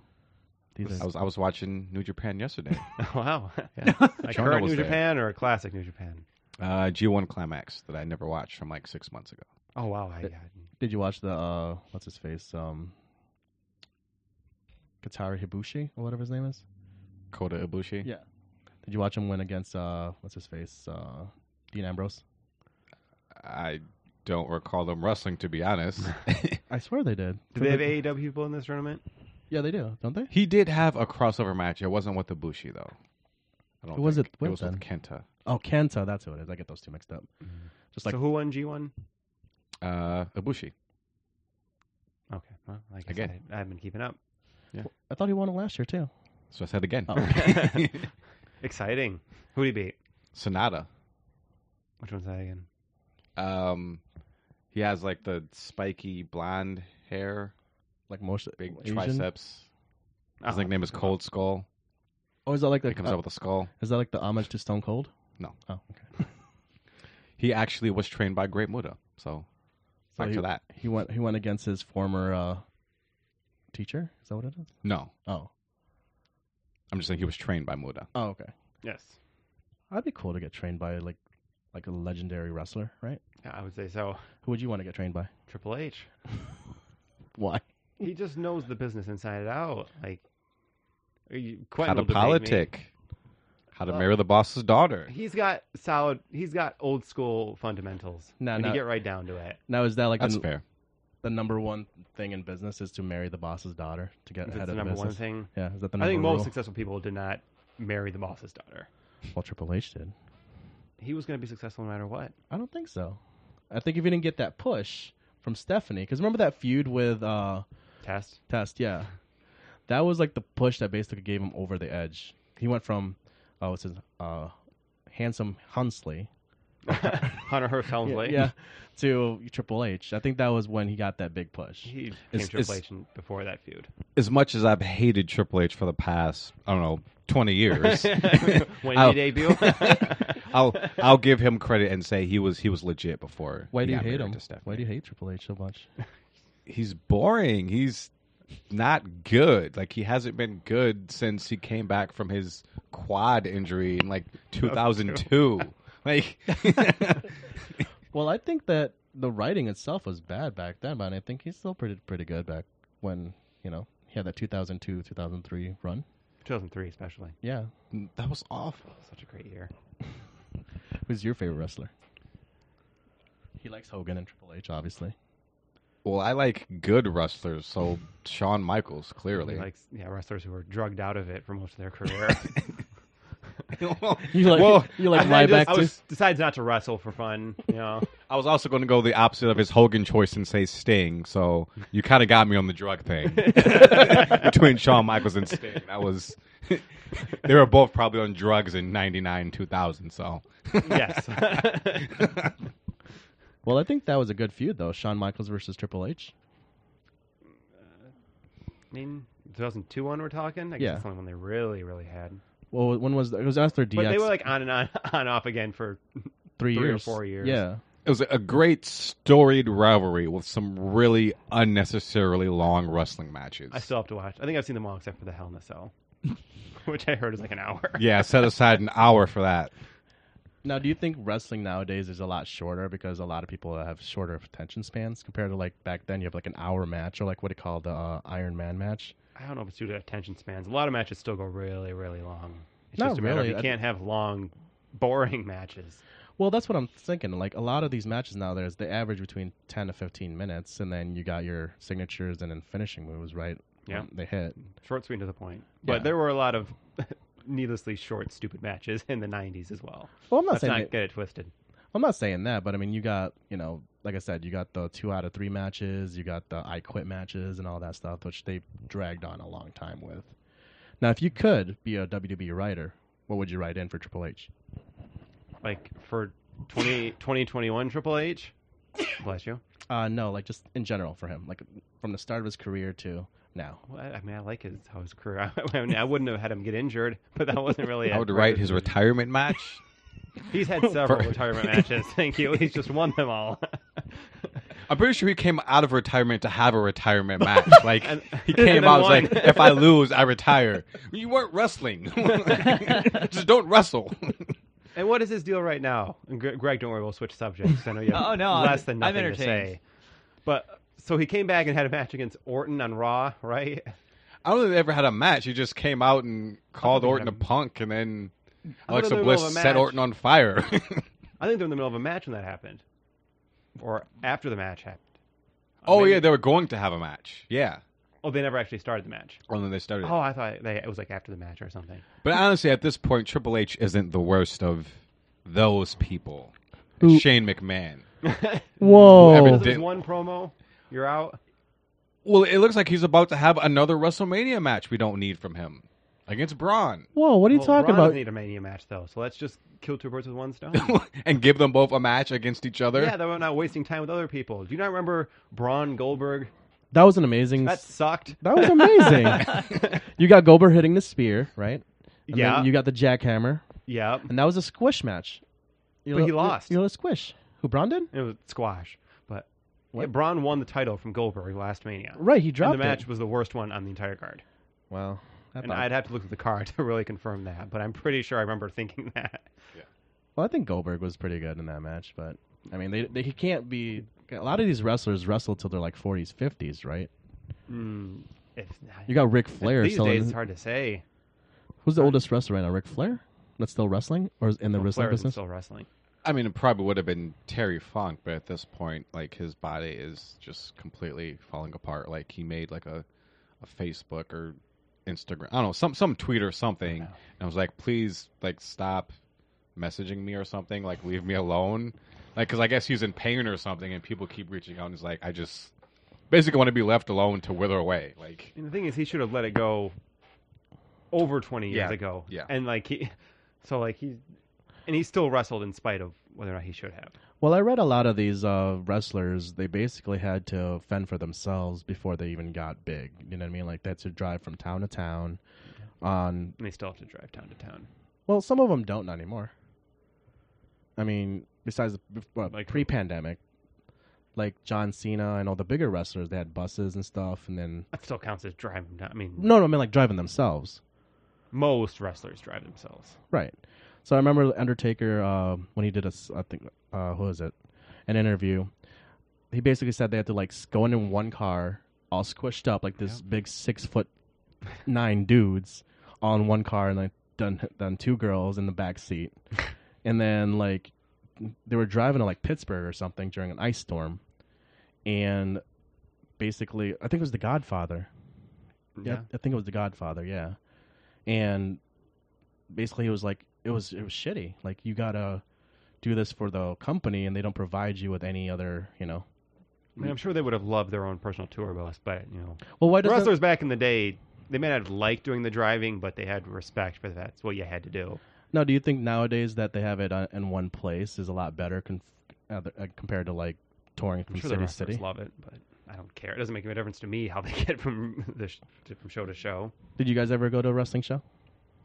D: These
F: I
D: are,
F: was I was watching New Japan yesterday.
C: wow. like
F: Jonah
C: current
F: was
C: New
F: there.
C: Japan or a classic New Japan?
F: uh, G1 Climax that I never watched from like six months ago.
C: Oh, wow. I,
D: did you watch the uh, what's his face? Um, Katara Hibushi or whatever his name is.
F: Kota Ibushi.
D: Yeah. Did you watch him win against uh, what's his face? Uh, Dean Ambrose.
F: I don't recall them wrestling to be honest.
D: I swear they did.
C: do they have AEW people in this tournament?
D: Yeah, they do, don't they?
F: he did have a crossover match. It wasn't with Ibushi though. I don't
D: Who was
F: think.
D: it with
F: was with
D: then?
F: Kenta.
D: Oh, Kenta, that's who it is. I get those two mixed up.
F: Mm-hmm.
D: Just like
C: so who won G1?
F: Uh, Ibushi.
C: Okay. Well, like I
F: Again.
C: Again. I, haven't been keeping up.
D: I thought he won it last year too.
F: So I said again.
D: Oh.
C: Exciting. Who do you beat?
F: Sonata.
C: Which one's that again?
F: Um, he has like the spiky blonde hair,
D: Like most
F: big
D: Asian?
F: triceps. His
C: Oh.
F: nickname is Cold Skull.
D: Oh, is that like the
F: He comes
D: uh,
F: up with a skull.
D: is that like the homage to Stone Cold?
F: No.
D: Oh, okay.
F: He actually was trained by Great Muda. So
D: So
F: back
D: he,
F: to that.
D: he went he went against his former uh, teacher. Is that what it is?
F: No,
D: Oh.
F: I'm just saying he was trained by Muda.
D: Oh, okay.
C: Yes.
D: That'd be cool to get trained by like like a legendary wrestler, right?
C: Yeah, I would say so.
D: Who would you want to get trained by?
C: Triple H.
D: Why?
C: He just knows the business inside and out. Like, are you,
F: How
C: Quentin
F: to
C: will debate me.
F: politic. How to marry the boss's daughter.
C: He's got solid. He's got old school fundamentals.
D: No,
C: when
D: no.
C: you get right down to it.
D: Now is that like
F: That's
D: the,
F: fair.
D: the number one thing in business is to marry the boss's daughter to get
C: That's
D: ahead
C: the
D: of
C: number
D: business?
C: one thing.
D: Yeah, is that the
C: I
D: number
C: think most
D: rule?
C: successful people did not marry the boss's daughter.
D: Well, Triple H did.
C: He was going to be successful no matter what.
D: I don't think so. I think if he didn't get that push from Stephanie, because remember that feud with uh,
C: Test.
D: Test, yeah, that was like the push that basically gave him over the edge. He went from, oh, it's his uh, handsome Hunsley,
C: Hunter Hearst Helmsley.
D: yeah, to Triple H. I think that was when he got that big push.
C: He
F: It's-
C: came Triple
F: it's-
C: H in- before that feud.
F: As much as I've hated Triple H for the past, I don't know, 20 years,
C: When
F: I'll-
C: he debuted.
F: I'll I'll give him credit and say he was he was legit before.
D: Why
F: he
D: do you
F: got
D: hate
F: married
D: him?
F: to Stephanie.
D: Why do you hate Triple H so much?
F: He's boring. He's not good. Like he hasn't been good since he came back from his quad injury in like 2002. like
D: Well, I think that the writing itself was bad back then, but I think he's still pretty pretty good back when you know he had that 2002 2003 run.
C: 2003, especially.
D: Yeah,
F: that was awful.
C: Such a great year.
D: Who's your favorite wrestler? He likes Hogan and Triple H, obviously.
F: Well, I like good wrestlers, so Shawn Michaels
C: He
F: clearly.
C: likes yeah, wrestlers who were drugged out of it for most of their career.
D: You like
F: well,
D: you like
C: And then
D: Ryback
C: just- I
D: too.
C: was, decides not to wrestle for fun. You know,
F: I was also going to go the opposite of his Hogan choice and say Sting. So you kind of got me on the drug thing between Shawn Michaels and Sting. That was they were both probably on drugs in '99, 2000. So
C: yes.
D: Well, I think that was a good feud though. Shawn Michaels versus Triple H.
C: I mean, 2002 one we're talking. I guess
D: Yeah.
C: that's the only one they really, really had.
D: Well, when was it was after DX?
C: But they were like on and on, on off again for
D: three,
C: three or
D: years,
C: four years.
D: Yeah,
F: It was a great storied rivalry with some really unnecessarily long wrestling matches.
C: I still have to watch. I think I've seen them all except for the Hell in a Cell, which I heard is like an hour.
F: yeah, set aside an hour for that.
D: Now, do you think wrestling nowadays is a lot shorter because a lot of people have shorter attention spans compared to like back then? You have like an hour match or like what do you call the uh, Iron Man match?
C: I don't know if it's due to attention spans. A lot of matches still go really, really long. It's
D: Not
C: just a matter
D: really.
C: of
D: I-
C: you can't have long, boring matches.
D: Well, that's what I'm thinking. Like a lot of these matches now, there's the average between ten to fifteen minutes, and then you got your signatures and then finishing moves, right?
C: Yeah.
D: When they hit.
C: Short, sweet, and to the point.
D: Yeah.
C: But there were a lot of needlessly short, stupid matches in the '90s as well.
D: Well, I'm not
C: Let's
D: saying
C: not
D: that-
C: get it twisted.
D: I'm not saying that, but I mean, you got you know, like I said, you got the two out of three matches, you got the I quit matches, and all that stuff, which they dragged on a long time with. Now, if you could be a WWE writer, what would you write in for Triple H?
C: Like for 20, 2021 Triple H. Bless you.
D: Uh, no, like just in general for him, like from the start of his career to now.
C: Well, I I mean, I like his how his career. I, mean, I wouldn't have had him get injured, but that wasn't really.
F: I
C: a
F: would write his
C: decision.
F: retirement match.
C: He's had several
F: For-
C: retirement matches. Thank you. He's just won them all.
F: I'm pretty sure he came out of retirement to have a retirement match. Like
C: And-
F: he
C: and
F: came
C: then
F: out was
C: won.
F: like, if I lose, I retire. You weren't wrestling. Just don't wrestle.
C: and what is his deal right now? And Gre- Greg, don't worry, we'll switch subjects. I know you have
E: Oh, no, I'm-
C: less than
E: I'm
C: nothing to
E: entertained.
C: say. But so he came back and had a match against Orton on Raw, right?
F: I don't think they ever had a match. He just came out and called
C: think
F: Orton
C: they
F: a
C: had-
F: punk, and then
C: I thought
F: Alexa
C: they were
F: Bliss
C: gonna have a
F: set
C: match.
F: Orton on fire.
C: I think they're in the middle of a match when that happened, or after the match happened.
F: oh
C: Maybe-
F: yeah, they were going to have a match. Yeah,
C: Oh, they never actually started the match.
F: and then they started. it.
C: Oh, I thought they, it was like after the match or something.
F: But honestly, at this point, Triple H isn't the worst of those people.
D: Who-
F: Shane McMahon.
D: Whoa!
C: Because it was
F: Did-
C: one promo, you're out.
F: Well, it looks like he's about to have another WrestleMania match. We don't need from him against Braun,
D: Whoa! What are you
C: Well,
D: talking
C: Braun
D: about?
C: doesn't need a mania match though, so let's just kill two birds with one stone.
F: and give them both a match against each other.
C: yeah, that we're not wasting time with other people. Do you not remember Braun Goldberg?
D: That was an amazing.
C: That sucked.
D: that was amazing. you got Goldberg hitting the spear, right? And
C: Yeah.
D: Then you got the jackhammer,
C: Yep.
D: and that was a squish match. You
C: But he lost.
D: You, know, a squish. Who Braun did?
C: It was squash, but
D: What?
C: yeah, Braun won the title from Goldberg last Mania.
D: Right, he
C: And
D: dropped
C: the match
D: It.
C: was the worst one on the entire card.
D: Wow. I
C: And
D: thought-
C: I'd have to look at the card to really confirm that, but I'm pretty sure I remember thinking that.
D: well, I think Goldberg was pretty good in that match, but I mean, they, they he can't be. A lot of these wrestlers wrestle till they're like 40s, 50s, right?
C: Mm, if,
D: You got Ric Flair.
C: These
D: still in-
C: days, it's hard to say.
D: Who's the oldest wrestler right now? Ric Flair? That's still wrestling? Or is in the
C: Well,
D: wrestling
C: Flair isn't
D: business?
C: still wrestling.
F: I mean, it probably would have been Terry Funk, but at this point, like his body is just completely falling apart. Like he made like a, a Facebook or Instagram, I don't know, some some tweet or something, and I was like, please, like stop messaging me or something, like leave me alone, like because I guess he's in pain or something, and people keep reaching out, and he's like, I just basically want to be left alone to wither away, like.
C: And the thing is, he should have let it go over 20 years
F: Yeah,
C: ago.
F: yeah.
C: And like he, so like he, and he still wrestled in spite of whether or not he should have.
D: Well, I read a lot of these uh, wrestlers, they basically had to fend for themselves before they even got big. You know what I mean? Like, that's a drive from town to town. On
C: And they still have to drive town to town. But
D: Well, some of them don't anymore. I mean, besides the well,
C: Like-
D: pre-pandemic, like John Cena and all the bigger wrestlers, they had buses and stuff, and then
C: That still counts as driving. down- I mean,
D: no, no, I mean like driving themselves,
C: most wrestlers drive themselves.
D: right? So I remember Undertaker uh, when he did a, s- I think, uh, who was it, an interview. He basically said they had to like s- go in in one car, all squished up like this big six foot nine dudes all in one car and like done done two girls in the back seat and then like they were driving to like pittsburgh or something during an ice storm and basically i think it was the godfather
C: Yeah.
D: i think it was the godfather yeah and basically it was like it was it was shitty like you gotta do this for the company and they don't provide you with any other you know
C: I mean, I'm sure they would have loved their own personal tour bus, but you know,
D: well why does
C: wrestlers back in the day, they may not have liked doing the driving, but they had respect for that's what you had to do.
D: Now, do you think nowadays that they have it uh, in one place is a lot better conf- uh, th- uh, compared to like touring
C: I'm
D: from
C: sure the
D: city to
C: wrestlers
D: city?
C: love it, but I don't care. It doesn't make any difference to me how they get from the sh- to- from show to show.
D: Did you guys ever go to a wrestling show?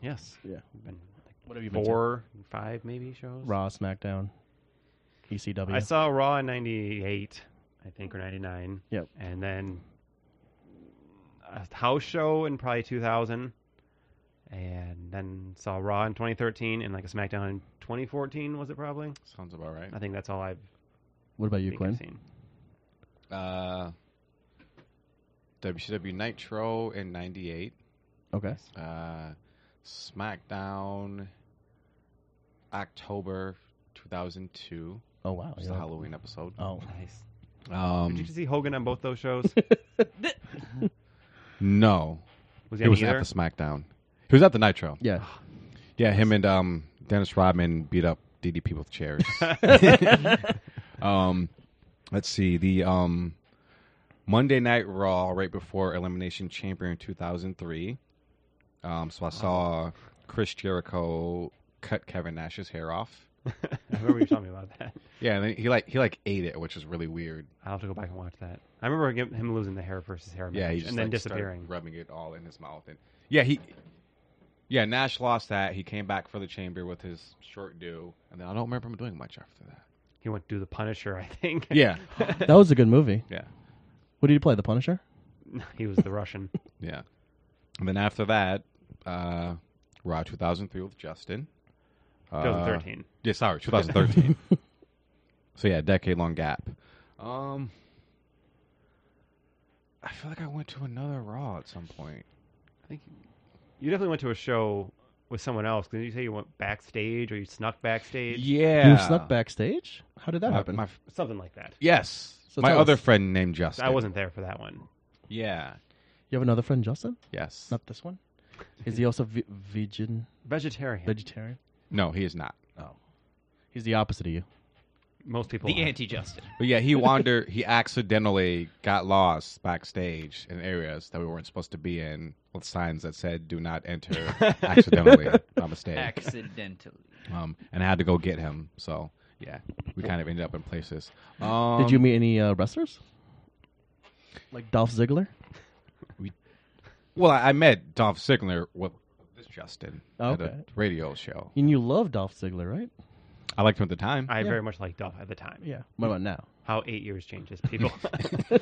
C: Yes.
D: Yeah.
C: Been like
D: What have you been to?
C: four, five maybe shows.
D: Raw, SmackDown, E ECW.
F: Oh,
C: I saw Raw in '98, I think, or '99.
D: Yep.
C: And then a house show in probably 2000, and then saw Raw in 2013 and like a SmackDown in 2014. Was it probably?
F: Sounds about right.
C: I think that's all I've,
D: what about you,
C: think I've
D: Quinn?
C: seen.
F: Uh, WCW Nitro in '98.
D: Okay.
F: Uh, SmackDown, October 2002.
D: Oh wow.
F: It was
D: you're
F: the
D: up.
F: Halloween episode.
D: Oh.
C: Nice. Did you
F: Um,
C: see Hogan on both those shows?
F: no,
C: Was he
F: it
C: on
F: was
C: either?
F: at the SmackDown. He was at the Nitro.
D: Yeah.
F: Yeah, him and um, Dennis Rodman beat up DDP with chairs. um, let's see the um, Monday Night Raw right before Elimination Chamber in 2003. Um, so I saw Chris Jericho cut Kevin Nash's hair off.
C: I remember you telling me about that.
F: Yeah, and then he like he like ate it, which is really weird.
C: I'll have to go back and watch that. I remember him him losing the hair versus hair match
F: Yeah, he
C: and
F: just
C: then
F: like, started
C: disappearing.
F: rubbing it all in his mouth, and yeah, he, yeah, Nash lost that. He came back for the chamber with his short do, and then I don't remember him doing much after that.
C: He went to do the Punisher, I think.
F: Yeah,
D: That was a good movie.
F: yeah,
D: What did you play? The Punisher.
C: he was the Russian.
F: yeah. And then after that, uh, Raw 2003 with Justin. Uh,
C: 2013.
F: Yeah, sorry, 2013. so yeah, decade long gap. Um, I feel like I went to another Raw at some point.
C: I think you definitely went to a show with someone else. Did you say you went backstage or you snuck backstage?
F: Yeah,
D: You snuck backstage. How did that
F: My-
D: happen?
F: my-
C: Something like that.
F: yes,
D: So
F: my
D: tell
F: other
D: us.
F: friend named Justin.
C: I wasn't there for that one.
F: Yeah.
D: you have another friend, Justin?
F: Yes.
D: Not this one. Is he also vi- vegan,
C: Vegetarian.
D: vegetarian?
F: No, he is not.
D: He's the opposite of you.
C: Most people.
E: The
C: are.
E: anti Justin.
F: But yeah, he wandered. he accidentally got lost backstage in areas that we weren't supposed to be in, with signs that said "Do not enter." accidentally, by mistake.
E: Accidentally.
F: Um, and I had to go get him. So yeah, we kind of ended up in places. Um,
D: Did you meet any uh, wrestlers? Like Dolph Ziggler?
F: Well, I I met Dolph Ziggler with this Justin at a
D: Okay.
F: radio show.
D: And you love Dolph Ziggler, right?
F: I liked him at the time.
C: I very much liked Duff at the time.
D: Yeah. What about now?
C: How eight years changes people.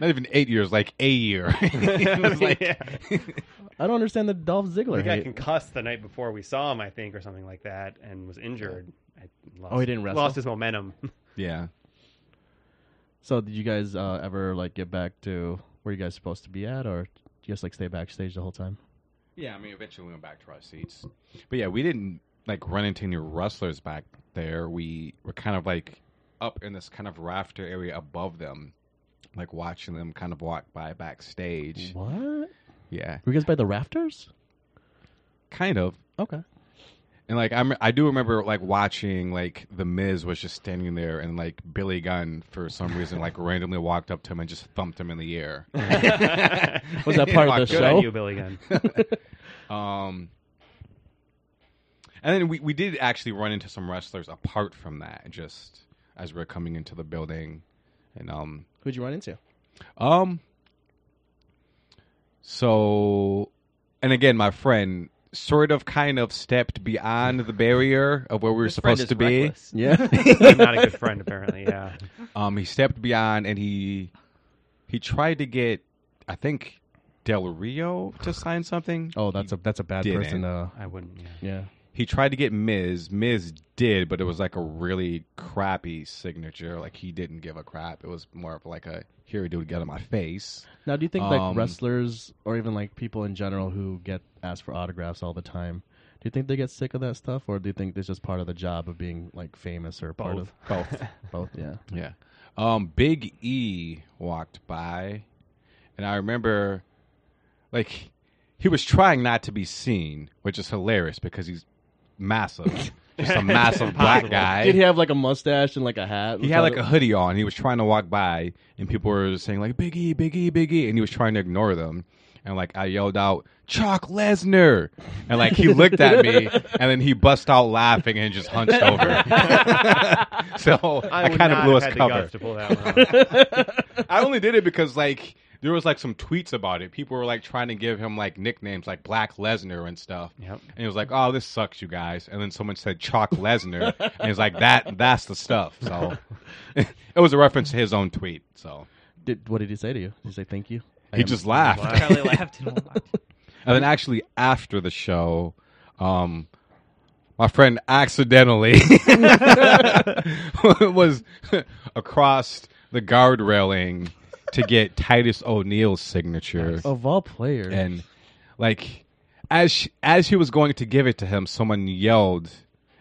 F: Not even eight years, like a year. It was like-
C: yeah.
D: I don't understand the Dolph
C: The
D: Ziggler
C: guy
D: hate.
C: concussed the night before we saw him, I think, or something like that, and was injured. I lost,
D: Oh, he didn't wrestle?
C: Lost his momentum.
F: yeah.
D: So did you guys uh, ever like get back to where you guys supposed to be at, or just like stay backstage the whole time?
F: Yeah, I mean, eventually we went back to our seats. But yeah, we didn't like run into any wrestlers back there. We were kind of like up in this kind of rafter area above them, like watching them kind of walk by backstage.
D: What? Were
F: Yeah,
D: you guys by the rafters?
F: kind of.
D: Okay.
F: And like I'm, I do remember like watching like the Miz was just standing there, and like Billy Gunn for some reason like randomly walked up to him and just thumped him in the ear.
D: Was that part of the
F: Good
C: Good on
D: show?
C: you, Billy Gunn.
F: Um, and then we, we did actually run into some wrestlers apart from that, just as we are coming into the building, and um,
D: Who'd you run into?
F: um. So, and again, my friend sort of kind of stepped beyond the barrier of where we were
E: This friend
F: supposed
E: is
F: to be.
E: reckless.
D: Yeah.
C: I'm not a good friend, apparently. Yeah.
F: Um, he stepped beyond and he he tried to get, I think, Del Rio to sign something.
D: oh, that's a that's a bad
F: Didn't.
D: person. Uh,
C: I wouldn't. Yeah.
D: yeah.
F: he tried to get Miz. Miz did, but it was like a really crappy signature. Like he didn't give a crap. It was more of like a here, dude, get out of my face.
D: Now, do you think like
F: Um,
D: wrestlers or even like people in general who get asked for autographs all the time? Do you think they get sick of that stuff, or do you think it's just part of the job of being like famous or part of both? both, yeah.
F: Yeah. Um, Big E walked by, and I remember, like, he was trying not to be seen, which is hilarious because he's massive, just a massive black
C: Impossible.
F: guy.
D: Did he have like a mustache and like a hat?
F: He had like a hoodie on. He was trying to walk by, and people were saying like "Big E, Big E, Big E," and he was trying to ignore them. and like I yelled out Chuck Lesnar, and like he looked at me, and then he bust out laughing and just hunched over. so I,
C: would
F: kind of
C: not
F: blew
C: have
F: his
C: had the
F: cover.
C: guts to pull that one off.
F: I only did it because like there was like some tweets about it. People were like trying to give him like nicknames like Black Lesnar and stuff.
C: Yep.
F: And he was like, "Oh, this sucks, you guys." And then someone said Chalk Lesnar, and he's like, "That that's the stuff." So it was a reference to his own tweet. So
D: Did, what did he say to you? Did he say thank you? I
F: he
D: am-
F: just laughed.
E: Charlie laughed and walked.
F: And then actually after the show, um, my friend accidentally was across the guard railing to get Titus O'Neil's signature.
D: Of all players.
F: and like as she, as he was going to give it to him, someone yelled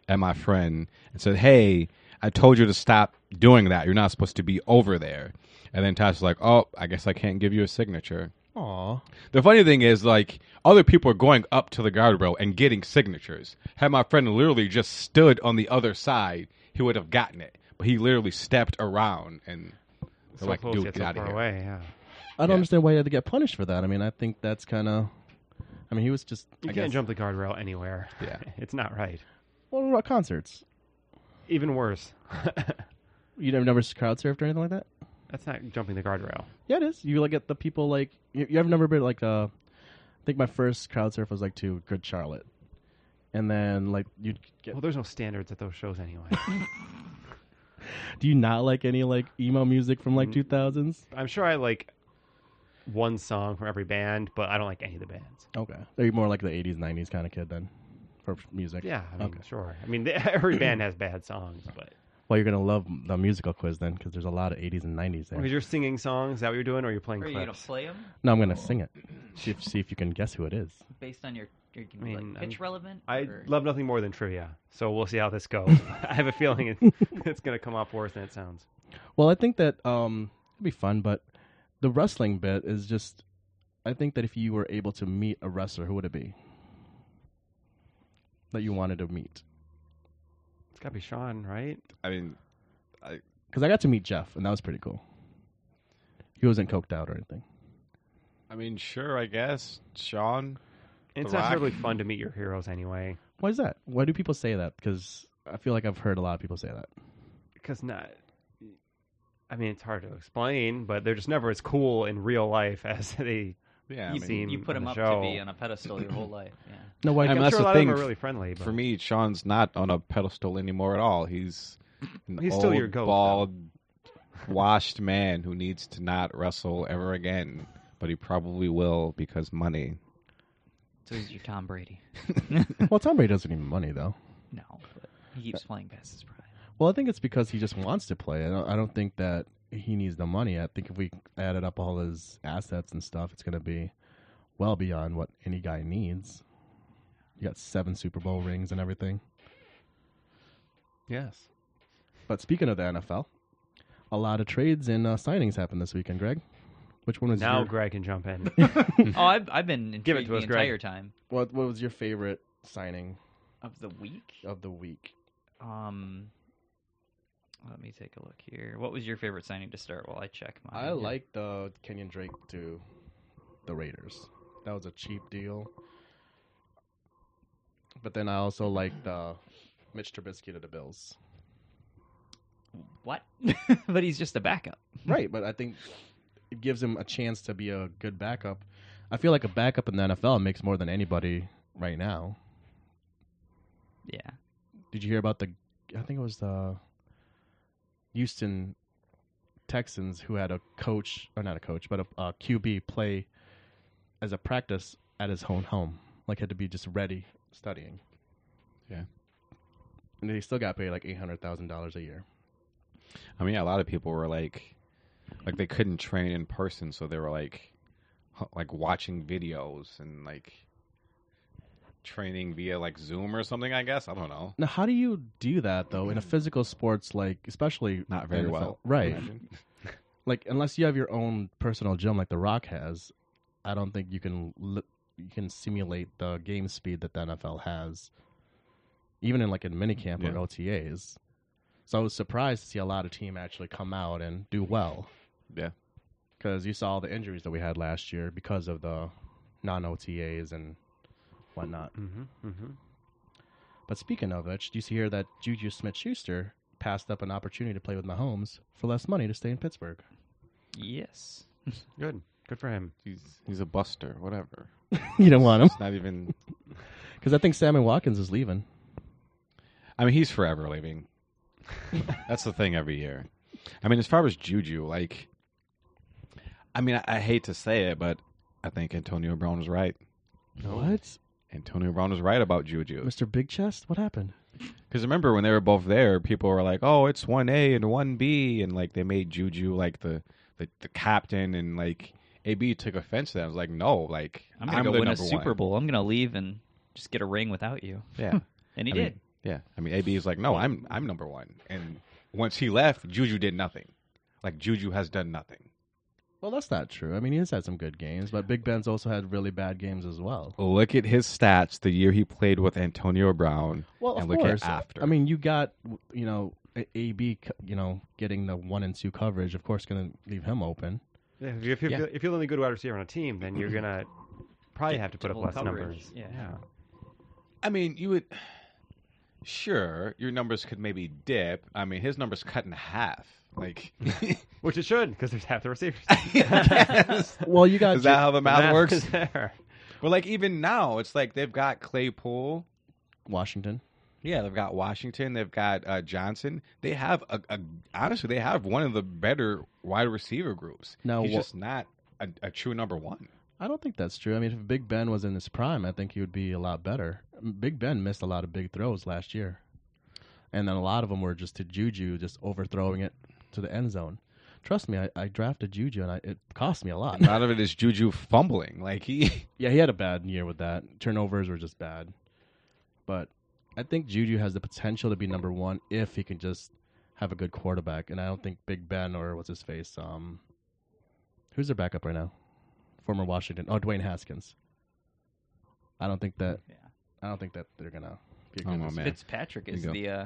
F: at my friend and said, "Hey, I told you to stop doing that. You're not supposed to be over there." And then Tosh was like, "Oh, I guess I can't give you a signature."
D: Aw.
F: The funny thing is, like, other people are going up to the guardrail and getting signatures. Had my friend literally just stood on the other side, he would have gotten it. But he literally stepped around and they're
C: So
F: like,
C: close
F: dude,
C: yet
F: get
C: so
F: out of
C: far
F: here.
C: away. Yeah.
D: I don't
F: Yeah.
D: understand why he had to get punished for that. I mean, I think that's kind of. I mean, he was just.
C: You
F: I
C: can't
F: guess-
C: jump the guardrail anywhere.
F: Yeah.
C: it's not right.
D: What about concerts?
C: Even worse,
D: You never, never crowd surfed or anything like that?
C: that's not jumping the guardrail.
D: Yeah, it is. You look at the people like you, you have never been like uh I think my first crowd surf was like to Good Charlotte, and then like you get.
C: Well, there's no standards at those shows anyway.
D: Do you not like any like emo music from
C: Mm.
D: like two thousands?
C: I'm sure I like one song from every band, but I don't like any of the bands.
D: Okay, are you more like the eighties nineties kind of kid then, for music?
C: Yeah, I mean,
D: Okay.
C: sure. I mean, every band has bad songs, but
D: Well, you're gonna love the musical quiz then, because there's a lot of eighties and nineties there.
C: because you're singing songs, is that what you're doing, or you're playing
E: Are you gonna
C: clips?
E: play them
D: No, I'm gonna sing it. See if, see if you can guess who it is.
E: based on your? You're gonna
C: I
E: be
C: mean,
E: like pitch
C: I'm-
E: relevant.
C: I
E: or-
C: love nothing more than trivia, so we'll see how this goes. I have a feeling it, it's going to come off worse than it sounds.
D: Well, I think that um, it'd be fun, but the wrestling bit is just. I think that if you were able to meet a wrestler, who would it be that you wanted to meet?
C: It's got to be Sean, right?
F: I mean,
D: Because I got to meet Jeff, and that was pretty cool. He wasn't coked out or anything.
F: I mean, sure, I guess Sean.
C: And it's
F: The
C: not
F: Rock.
C: terribly fun to meet your heroes anyway,
D: Why is that? Why do people say that? Because I feel like I've heard a lot of people say that.
C: because not. I mean, it's hard to explain, but they're just never as cool in real life as they.
F: Yeah, I
E: you,
C: You've seen
F: mean,
E: you put
C: on
E: him
C: the
E: up
C: show.
E: to be on a pedestal your whole life. Yeah.
D: No, why?
F: And
C: I'm
F: that's
C: sure
F: the
C: a lot of
F: thing
C: them
F: f-
C: are really friendly, but
F: for me, Sean's not on a pedestal anymore at all. He's an
C: He's still your
F: old,
C: goat,
F: bald, washed man who needs to not wrestle ever again. But he probably will because money.
E: So he's your Tom Brady.
D: well, Tom Brady doesn't need money though.
E: No, but he
C: Uh,
E: keeps playing past his prime.
D: Well, I think it's because he just wants to play. I don't, I don't think that he needs the money. I think if we added up all his assets and stuff, it's going to be well beyond what any guy needs. You got seven Super Bowl rings and everything.
C: yes,
D: But speaking of the NFL, a lot of trades and uh, signings happened this weekend, Greg. Which one was
C: now
D: your,
C: Greg can jump in.
E: oh, I've I've been intrigued
C: Give it to
E: the
C: us, Greg.
E: entire time
D: what, what was your favorite signing
E: of the week.
D: of the week?
E: Um, let me take a look here. What was your favorite signing to start while I check mine?
D: I
E: here?
D: like the Kenyon Drake to the Raiders. That was a cheap deal. But then I also liked uh, Mitch Trubisky to the Bills.
E: what, but he's just a backup.
D: Right, but I think it gives him a chance to be a good backup. I feel like a backup in the NFL makes more than anybody right now.
E: Yeah,
D: Did you hear about the? I think it was the Houston Texans who had a coach, or not a coach, but a, a QB play as a practice at his own home. Like had to be just ready studying.
F: Yeah.
D: and they still got paid like eight hundred thousand dollars a year.
F: I mean, a lot of people were like, like they couldn't train in person, so they were like, h- like watching videos and like training via like Zoom or something. I guess I don't know.
D: Now, how do you do that though in a physical sports like, especially
F: Not very
D: NFL?
F: well,
D: right?
F: Imagine.
D: like unless you have your own personal gym like the rock has i don't think you can li- you can simulate the game speed that the nfl has even in like in minicamp or
F: Yeah.
D: in otas so i was surprised to see a lot of team actually come out and do well
F: Yeah.
D: because you saw all the injuries that we had last year because of the non OTAs and whatnot.
C: Mm-hmm. Mm-hmm.
D: But speaking of which, do you hear that Juju Smith Schuster passed up an opportunity to play with Mahomes for less money to stay in Pittsburgh?
E: Yes.
C: Good. Good for him.
F: He's he's a buster, whatever.
D: you don't want him
F: It's not even.
D: because I think Sammy Watkins is leaving.
F: I mean, he's forever leaving. That's the thing every year. I mean, as far as Juju, like, I mean, I, I hate to say it, but I think Antonio Brown was right.
D: What,
F: Antonio Brown was right about Juju.
D: Mr. Big Chest? What happened?
F: Because remember when they were both there, people were like, "Oh, it's one A and one B," and like they made Juju like the the, the captain, and like AB took offense to that. I was like, "No, like
E: I'm gonna go
F: the
E: win a
F: number
E: Super
F: one."
E: Bowl. I'm gonna leave and just get a ring without you.
F: Yeah,
E: And he
F: I mean,
E: did.
F: yeah. I mean, AB is like, "No, I'm I'm number one." And once he left, Juju did nothing. Like Juju has done nothing.
D: Well, that's not true. I mean, he has had some good games, but Big Ben's also had really bad games as well.
F: Look at his stats the year he played with Antonio Brown,
D: Well,
F: and
D: of
F: look
D: course.
F: at after.
D: I mean, you got you know A- AB, co- you know, getting the one and two coverage. Of course, going to leave him open.
C: Yeah, if, you- if, you-
F: Yeah.
C: if you're the only good wide receiver on a team, then you're gonna probably have to put up
E: Double
C: less
E: coverage.
C: numbers.
E: Yeah.
F: I mean, you would. Sure, your numbers could maybe dip. I mean, his numbers cut in half. Like,
C: Which it should, because there's half the receivers.
F: yes.
D: Well, you got
F: is that how the math
C: Math
F: works?
C: is there.
F: But like even now, it's like they've got Claypool.
D: Washington.
F: Yeah, they've got Washington. They've got uh, Johnson. They have a, a honestly, they have one of the better wide receiver groups.
D: Now,
F: he's
D: wha-
F: just not a, a true number one.
D: I don't think that's true. I mean, if Big Ben was in his prime, I think he would be a lot better. Big Ben missed a lot of big throws last year, and then a lot of them were just to Juju, just overthrowing it to the end zone. Trust me, I, I drafted Juju, and I, it cost me a lot.
F: A lot of it is Juju fumbling. Like he,
D: yeah, he had a bad year with that. Turnovers were just bad, but I think Juju has the potential to be number one if he can just have a good quarterback. And I don't think Big Ben or what's his face, um, who's their backup right now, former Washington, oh Dwayne Haskins. I don't think that.
E: Yeah.
D: I don't think that they're gonna. Be
F: I
D: good
F: don't know,
D: this-
F: man.
E: Fitzpatrick is
F: There you
E: the uh,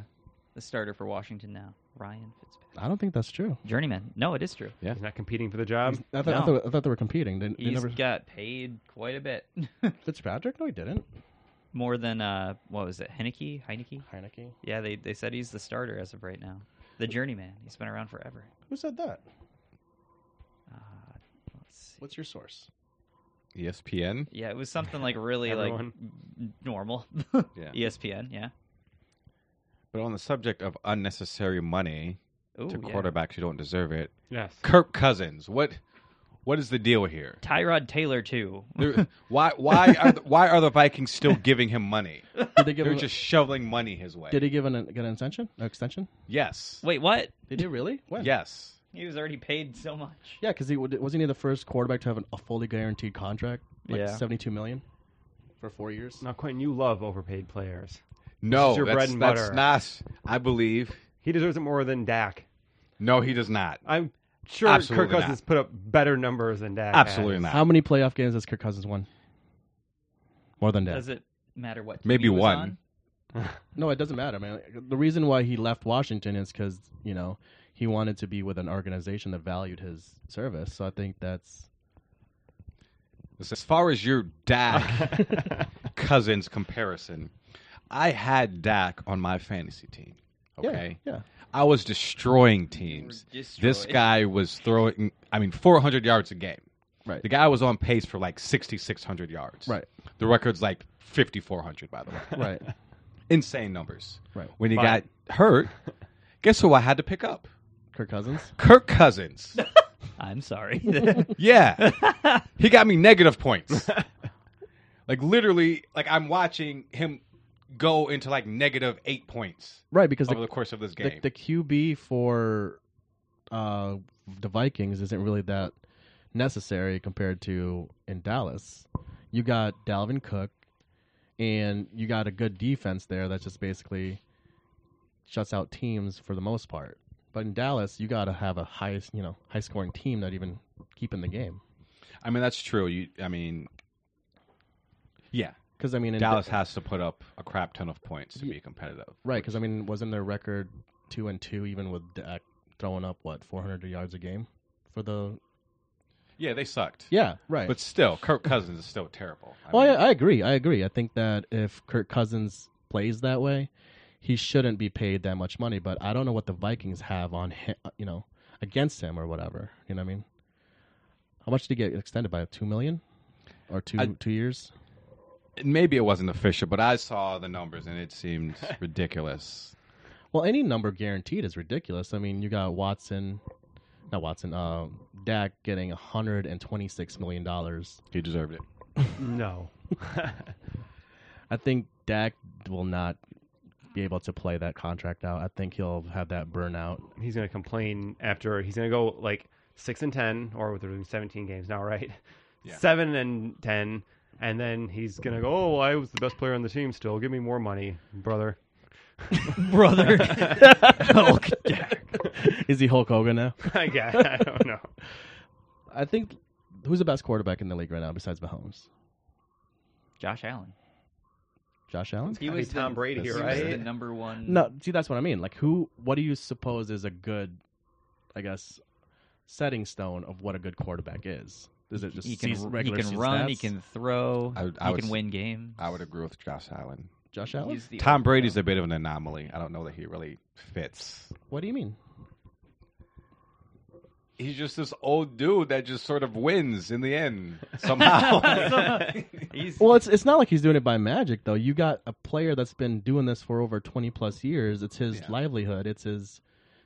E: the starter for Washington now. Ryan Fitzpatrick.
D: I don't think that's true.
E: Journeyman. No, it is true.
C: He's not competing for the
F: Um,
C: job.
D: I thought, I,
E: No.
D: thought, I thought they were competing. They, they
E: He's
D: never
E: got paid quite a bit.
D: Fitzpatrick. No, he didn't.
E: More than uh what was it? Heineke? Heineke?
D: Heineke.
E: Yeah, they they said he's the starter as of right now. The journeyman. He's been around forever.
D: Who said that?
E: Uh, let's see.
D: What's your source?
F: E ESPN.
E: Yeah, it was something like really like
C: Everyone.
E: n- normal. E
F: Yeah.
E: ESPN, yeah.
F: But on the subject of unnecessary money
E: Ooh,
F: to
E: yeah.
F: quarterbacks who don't deserve it,
C: Yes.
F: Kirk Cousins. What, what is the deal here?
E: Tyrod Taylor too.
F: There- why why are the, why are the Vikings still giving him money?
D: Did they give
F: They're
D: him?
F: just shoveling money his way.
D: did he give an get an extension? An extension?
F: yes.
E: Wait, what?
D: Did he really? When?
F: Yes.
E: He was already paid so much.
D: Yeah, because he would- wasn't he the first quarterback to have an, a fully guaranteed contract, like
E: Yeah.
D: seventy-two million for four years.
C: Now, Quentin, you love overpaid players.
F: No,
C: your
F: that's,
C: bread and
F: that's
C: butter.
F: not. I believe.
C: He deserves it more than Dak.
F: No, he does not.
C: I'm sure
F: Absolutely
C: Kirk Cousins put up better numbers than Dak.
F: Absolutely
C: has.
F: not.
D: How many playoff games has Kirk Cousins won? More than that.
E: Does it matter what? team
F: Maybe
E: he was
F: one.
E: on?
D: No, it doesn't matter, man. The reason why he left Washington is because you know he wanted to be with an organization that valued his service. So I think that's
F: As far as your Dak Cousins comparison, I had Dak on my fantasy team.
D: yeah,
F: Okay,
D: yeah.
F: I was destroying teams. This
E: Destroyed.
F: guy was throwing. I mean, 400 yards a game.
D: Right.
F: The guy was on pace for like 6,600 yards.
D: Right.
F: The record's like 5,400, by the way.
D: Right.
F: Insane numbers.
D: Right.
F: When he
C: Fine.
F: got hurt, guess who I had to pick up?
D: Kirk Cousins.
F: Kirk Cousins.
E: I'm sorry.
F: Yeah. he got me negative points. like literally, like I'm watching him go into like negative eight points
D: Right, because
F: over
D: the,
F: the course of this
D: the
F: game.
D: the QB for uh, the Vikings isn't really that necessary compared to in Dallas. You got Dalvin Cook, and you got a good defense there that just basically shuts out teams for the most part. But in Dallas, you got to have a highest, you know, high scoring team that even keep in the game.
F: I mean, that's true. You, I mean, yeah,
D: Because I mean, in
F: Dallas has to put up a crap ton of points to be competitive.
D: right? Because I mean, wasn't their record two and two even with Dak throwing up what 400 yards a game for the
F: Yeah, they sucked.
D: Yeah, right.
F: But still, Kirk Cousins is still terrible. I
D: well,
F: mean,
D: I, I agree. I agree. I think that if Kirk Cousins plays that way, he shouldn't be paid that much money. But I don't know what the Vikings have on him, uh, you know, against him or whatever. You know what I mean? How much did he get extended by? Two million or two
F: I-
D: two years? uh,
F: maybe it wasn't official, but I saw the numbers and it seemed ridiculous.
D: Well, any number guaranteed is ridiculous. I mean, you got Watson, not Watson, uh, Dak getting hundred and twenty six million dollars.
F: He deserved it.
C: No.
D: I think Dak will not be able to play that contract out. I think he'll have that burnout.
C: he's going to complain after he's going to go like six and ten, or they're doing seventeen games now, right?
F: Yeah.
C: Seven and ten, and then he's going to go. Oh, I was the best player on the team. Still, give me more money, brother.
E: brother. Hulk Jack.
D: Oh, Is he Hulk Hogan now?
C: I guess I don't know.
D: I think who's the best quarterback in the league right now besides Mahomes?
E: Josh Allen.
D: Josh Allen?
C: He was Tom Brady,
E: He was the
C: right?
E: number one.
D: No, see that's what I mean. Like who what do you suppose is a good I guess setting stone of what a good quarterback is? Is it just
E: he can,
D: season,
E: he
D: regular
E: can
D: season
E: run. He
D: stats?
E: can throw.
F: I would- I
E: he
F: would
E: can
F: s-
E: win games.
F: I would agree with Josh Allen.
D: Josh Allen?
E: He's the
F: Tom
E: only-
F: Brady's a bit of an anomaly. I don't know that he really fits.
D: What do you mean?
F: He's just this old dude that just sort of wins in the end somehow.
E: He's,
D: Well, it's it's not like he's doing it by magic though. You got a player that's been doing this for over 20 plus years. It's his
F: Yeah.
D: livelihood. It's his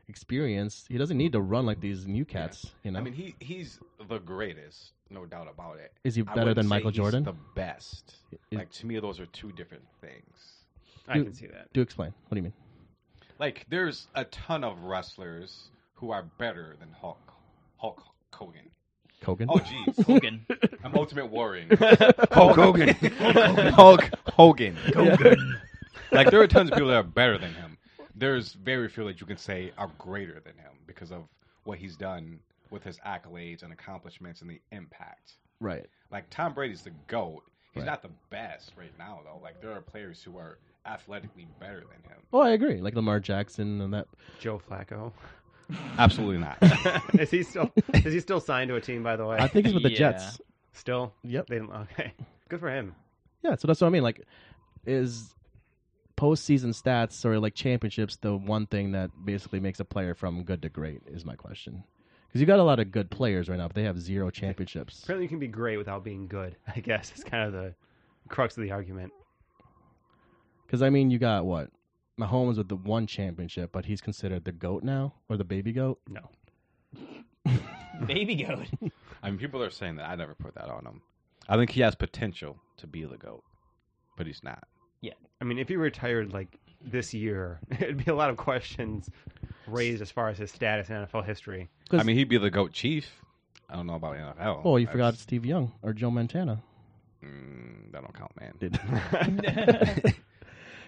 D: experience. He doesn't need to run like these new cats, you know.
F: I mean, he he's the greatest, no doubt about it.
D: Is he
F: I
D: better
F: wouldn't
D: than
F: say
D: Michael
F: he's
D: Jordan?
F: The best.
D: Is-
F: Like to me, those are two different things.
C: I can see that.
D: do explain. What do you mean?
F: Like there's a ton of wrestlers who are better than Hulk Hulk Hogan.
D: Kogan?
F: Oh jeez,
E: Hogan.
F: I'm ultimate warring. Hulk Hogan. Hulk Hogan. Like there are tons of people that are better than him. There's very few that you can say are greater than him because of what he's done with his accolades and accomplishments and the impact.
D: Right.
F: Like Tom Brady's the goat. He's
D: Right.
F: not the best right now though. Like there are players who are athletically better than him.
D: Oh, I agree. Like Lamar Jackson and that.
C: Joe Flacco.
F: Absolutely not.
C: is he still? Is he still signed to a team? By the way,
D: I think he's with the
E: Yeah.
D: Jets.
C: still.
D: Yep.
C: They didn't. Okay. Good for him.
D: Yeah, so that's what I mean. Like, is postseason stats or like championships the one thing that basically makes a player from good to great? Is my question. Because you got a lot of good players right now, but they have zero championships.
C: Apparently, you can be great without being good. I guess it's kind of the crux of the argument.
D: Because I mean, you got what Mahomes with the one championship, but he's considered the goat now or the baby goat.
C: No.
E: Baby goat.
F: I mean, people are saying that. I never put that on him. I think he has potential to be the goat, but he's not.
C: I mean, if he retired like this year, it'd be a lot of questions raised as far as his status in NFL history.
D: 'Cause-
F: I mean, he'd be the goat chief. I don't know about NFL.
D: Oh, you
F: That's-
D: forgot Steve Young or Joe Montana.
F: Mm, that don't count, man.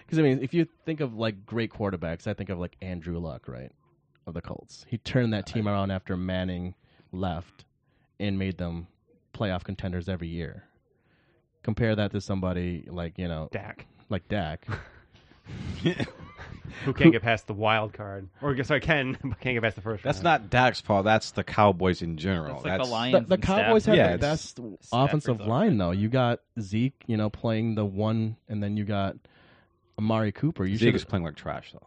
D: Because I mean, if you think of like great quarterbacks, I think of like Andrew Luck, right, of the Colts. He turned that team around after Manning left, and made them playoff contenders every year. Compare that to somebody like you know,
C: Dak,
D: like Dak.
C: who can't get past the wild card, or sorry, can but can't get past the first.
F: That's
C: round.
F: not Dak's fault. That's the Cowboys in general.
E: That's like the
D: the,
E: Lions.
D: the
E: and
D: Cowboys
E: Stafford.
D: have
F: Yeah,
D: the
F: it's-
D: best offensive
E: Stafford's
D: line though. You got Zeke, you know, playing the one, and then you got Amari Cooper. You
F: Zeke is
D: should
F: playing like trash, though.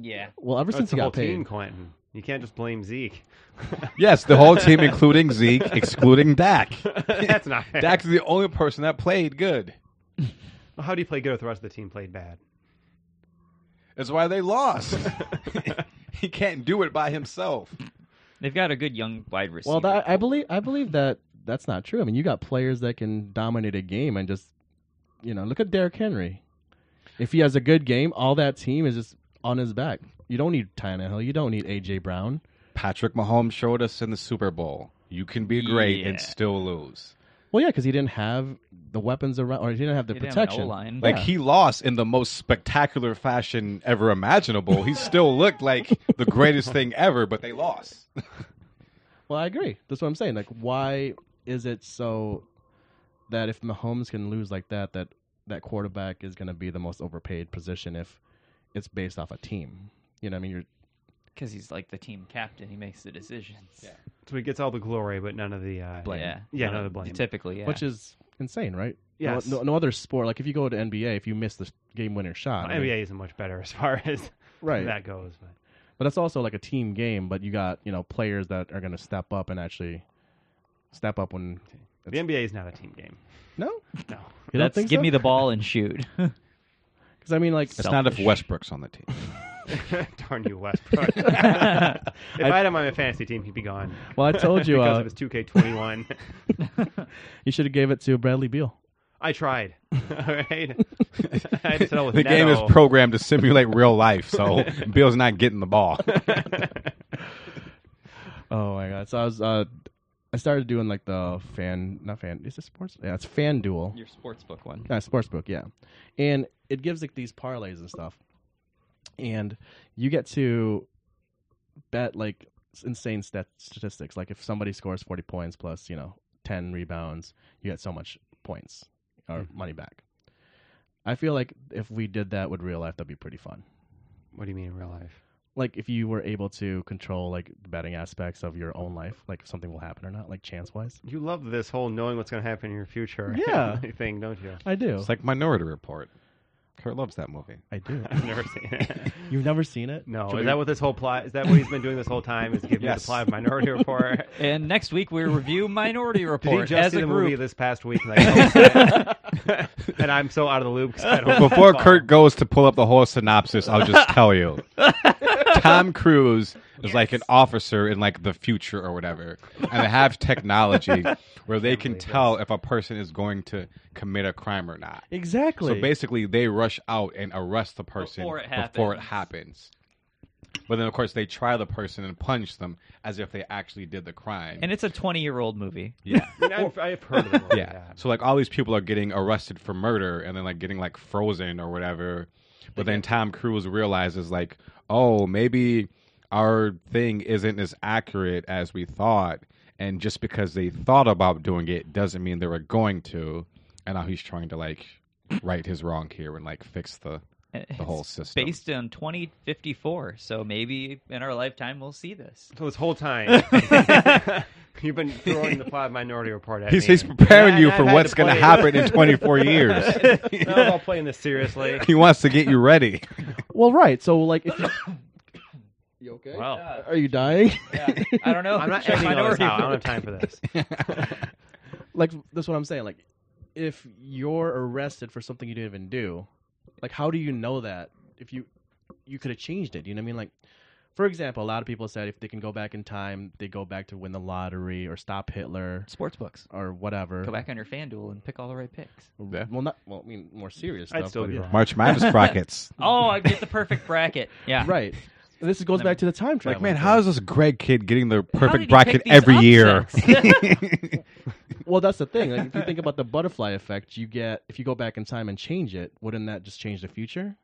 E: Yeah.
D: well ever
C: That's
D: since
C: Oh, the
D: he
C: whole
D: got
C: team,
D: paid.
C: Quentin. You can't just blame Zeke.
F: Yes, the whole team, including Zeke, excluding Dak.
C: That's not fair.
F: Dak's the only person that played good.
C: Well, How do you play good if the rest of the team played bad?
F: That's why they lost. he can't do it by himself.
E: They've got a good young wide receiver.
D: Well, that, I believe I believe that that's not true. I mean, you got players that can dominate a game and just, you know, look at Derrick Henry. If he has a good game, all that team is just on his back. You don't need Tannehill. You don't need AJ Brown.
F: Patrick Mahomes showed us in the Super Bowl. You can be great
E: Yeah.
F: and still lose.
D: Well, yeah, because he didn't have the weapons around, or he didn't have the
E: They didn't have an
D: protection.
E: O-line.
F: Like he lost in the most spectacular fashion ever imaginable. He still looked like the greatest thing ever, but they lost.
D: Well, I agree. That's what I'm saying. Like, why is it so that if Mahomes can lose like that, that that quarterback is going to be the most overpaid position if it's based off a team? You know, what I mean, you're
E: because he's like the team captain. He makes the decisions. Yeah.
C: So he gets all the glory, but none of the uh,
D: Blame.
E: Yeah.
C: Yeah, no, the blame.
E: Typically, yeah.
D: which is insane, right? No-
C: Yes.
D: No, no, other sport. Like if you go to NBA, if you miss the game winner shot, I mean-
C: NBA isn't much better as far as
D: right?
C: that goes. But
D: But that's also like a team game. But you got you know players that are going to step up and actually step up when.
C: the NBA is not a team game.
D: No,
C: No.
D: you don't
E: That's
D: think
E: give me the ball and shoot.
D: because I mean like
F: It's not if
E: Selfish.
F: Westbrook's on the team.
C: Darn you, Westbrook. if I, had him on my fantasy team, he'd be gone.
D: well I told you
C: because
D: uh,
C: of his 2K21.
D: you should have gave it to Bradley Beal.
C: I tried. All right. I had to settle with
F: The game is
C: Neto.
F: programmed to simulate real life, so Bill's not getting the ball.
D: Oh my god! So I was uh, I started doing like the fan not fan is it sports? Yeah, it's fan duel.
E: Your sportsbook one.
D: Uh, sports book, yeah. And it gives like these parlays and stuff. And you get to bet like s- insane stat- statistics. Like if somebody scores 40 points plus, you know, 10 rebounds, you get so much points or money back. I feel like if we did that with real life, that'd be pretty fun.
C: What do you mean in real life?
D: Like if you were able to control like the betting aspects of your own life, like if something will happen or not, like chance wise.
C: You love this whole knowing what's going to happen in your future
D: Yeah.
C: thing, don't you?
D: I do.
F: It's like Minority Report. Kurt loves that movie.
D: I do.
C: I've never seen it.
D: You've never seen it?
C: No,
F: Should
C: is
F: we-
C: that what this whole plot? Is that what he's been doing this whole time? Is giving me the
F: Yes.
C: plot of Minority Report?
E: And next week we review Minority
C: Did he
E: Report
C: just
E: as
C: see
E: a
C: the
E: group.
C: movie this past week? And, I don't- and I'm so out of the loop. 'cause I don't
F: Before
C: follow.
F: Kurt goes to pull up the whole synopsis, I'll just tell you. Tom Cruise is like an officer in like the future or whatever, and they have technology where they can
C: believe
F: tell if a person is going to commit a crime or not.
D: Exactly.
F: So basically, they rush out and arrest the person
E: Before it
F: before
E: happens.
F: it happens. But then, of course, they try the person and punch them as if they actually did the crime.
E: and it's a 20 year old movie.
F: yeah,
C: I mean, I've, I've heard of the movie,
F: yeah. So like all these people are getting arrested for murder and then like getting like frozen or whatever. But then Tom Cruise realizes like, oh, maybe our thing isn't as accurate as we thought. And just because they thought about doing it doesn't mean they were going to. And now he's trying to like right his wrong here and like fix the
E: And
F: the whole
E: it's
F: system.
E: Based on 2054, so maybe in our lifetime we'll see this.
C: So this whole time, you've been throwing the plot of Minority Report at
F: He's,
C: me.
F: he's preparing
C: And
F: you
C: I've
F: for
C: had
F: what's going to
C: play-
F: happen in 24 years.
C: Now I'm all playing this seriously.
F: he wants to get you ready.
D: Well, right. So, like, if you,
C: Well,
D: are you dying?
E: I don't know.
C: I'm not
E: Check
C: editing all this
E: Minority
C: out. I don't have
E: Report.
C: time for this.
D: like, that's what I'm saying. Like, if you're arrested for something you didn't even do, like, how do you know that if you you could have changed it? You know what I mean? Like, for example, a lot of people said if they can go back in time, they go back to win the lottery or stop Hitler
E: Sports books.
D: or whatever.
E: Go back on your FanDuel and pick all the right picks.
F: Yeah.
D: Well, not well. I mean, more serious
C: I'd
D: stuff.
C: still
D: but
C: be
D: yeah.
C: wrong.
F: March Madness brackets.
E: Oh, I get the perfect bracket. Yeah.
D: Right. And this goes back to the time travel.
F: Like, man,
D: thing.
F: how is this Greg kid getting the
E: did he
F: perfect
E: pick
F: bracket
E: these
F: every year?
D: Well, that's the thing. Like, if you think about the butterfly effect, you get if you go back in time and change it, wouldn't that just change the future?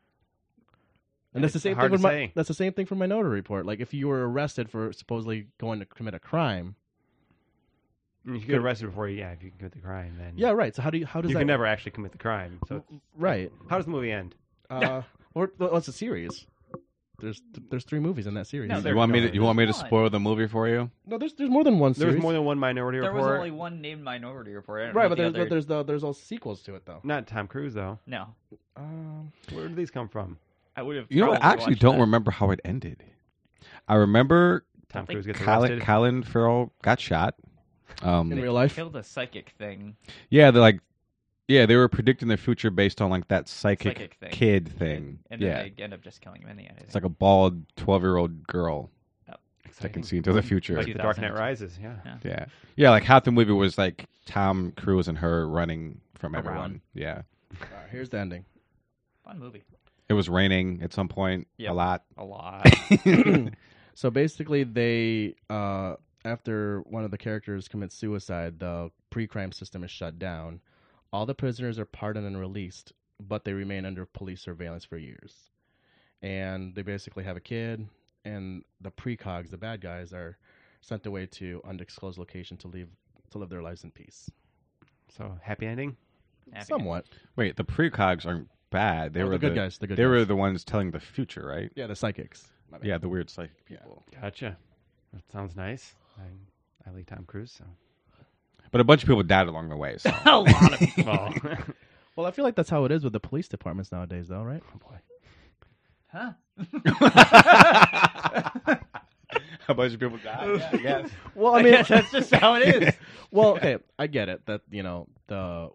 D: And that's the
C: It's
D: same
C: hard
D: thing.
C: to
D: With my,
C: say.
D: that's the same thing for Minority Report. Like, if you were arrested for supposedly going to commit a crime,
C: You could get arrested before you, yeah, if you commit the crime. Then
D: yeah, right. So how do you how
C: Mm-hmm.
D: does
C: you
D: that
C: can never actually commit the crime. So it's-
D: right?
C: how does the movie end?
D: Uh, or well, it's a series. There's there's three movies in that series.
E: No,
D: No,
E: there-
F: you want me
C: There's
F: to? You want me to
E: one.
F: spoil the movie for you?
D: there's there's more than one
C: There
D: series.
C: was more than one Minority
E: There was
C: Report.
E: only one named Minority Report. I don't know
D: right,
E: what
D: but
E: the
D: there's,
E: other-
D: but there's the there's all sequels to it though.
C: Not Tom Cruise though.
E: no.
D: Um,
C: Where did these come from?
E: I would have.
F: You know, I
E: probably
F: actually
E: watched
F: don't
E: that.
F: remember how it ended. I remember
C: Tom
E: think
C: Cruise gets
F: Colin,
C: arrested.
F: Colin Farrell got shot.
D: in
F: Um,
D: real life,
E: Killed a psychic thing.
F: yeah, they're like, yeah, they were predicting the future based on like that psychic,
E: Psychic thing.
F: kid thing.
E: And
F: yeah,
E: then they end up just killing him in the end. I
F: it's
E: think.
F: like a bald twelve-year-old girl that can
C: Exciting.
F: see into the future.
C: Like the Dark Knight
E: 2002.
C: Rises. Yeah.
E: Yeah.
F: yeah, yeah, like half the movie was like Tom Cruise and her running from
D: Around.
F: everyone. Yeah,
D: Alright, here's the ending.
E: Fun movie.
F: it was raining at some point
E: Yep.
F: a lot.
E: A lot.
D: So basically, they uh, after one of the characters commits suicide, the pre-crime system is shut down. All the prisoners are pardoned and released, but they remain under police surveillance for years. And they basically have a kid, and the precogs, the bad guys, are sent away to undisclosed location to leave to live their lives in peace.
C: So happy ending.
E: Happy.
D: Somewhat.
F: Wait, the precogs aren't bad. They
D: Oh,
F: were
D: the good guys. The good
F: they
D: guys.
F: were the ones telling the future, right?
D: yeah, the psychics.
F: My bad. Yeah, the weird psychic people.
C: Gotcha. That sounds nice. I, I like Tom Cruise. So.
F: But a bunch of people died along the way. So.
E: a lot of
C: Well,
D: Well, I feel like that's how it is with the police departments nowadays, though, right?
E: huh?
F: a bunch of people died. I guess.
D: Well,
E: I guess that's just how it is.
D: well, okay, I get it that you know the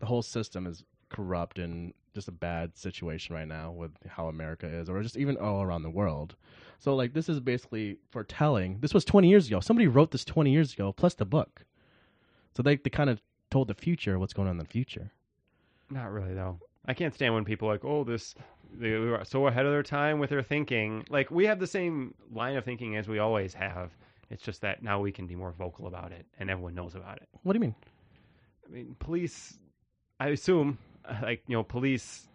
D: the whole system is corrupt and just a bad situation right now with how America is, or just even all around the world. So, like, this is basically foretelling. This was 20 years ago. Somebody wrote this 20 years ago, plus the book. So they they kind of told the future what's going on in the future.
C: not really though. I can't stand when people are like, oh, this. They were so ahead of their time with their thinking. Like we have the same line of thinking as we always have. It's just that now we can be more vocal about it, and everyone knows about it.
D: What do you mean?
C: I mean, police. I assume, like you know, police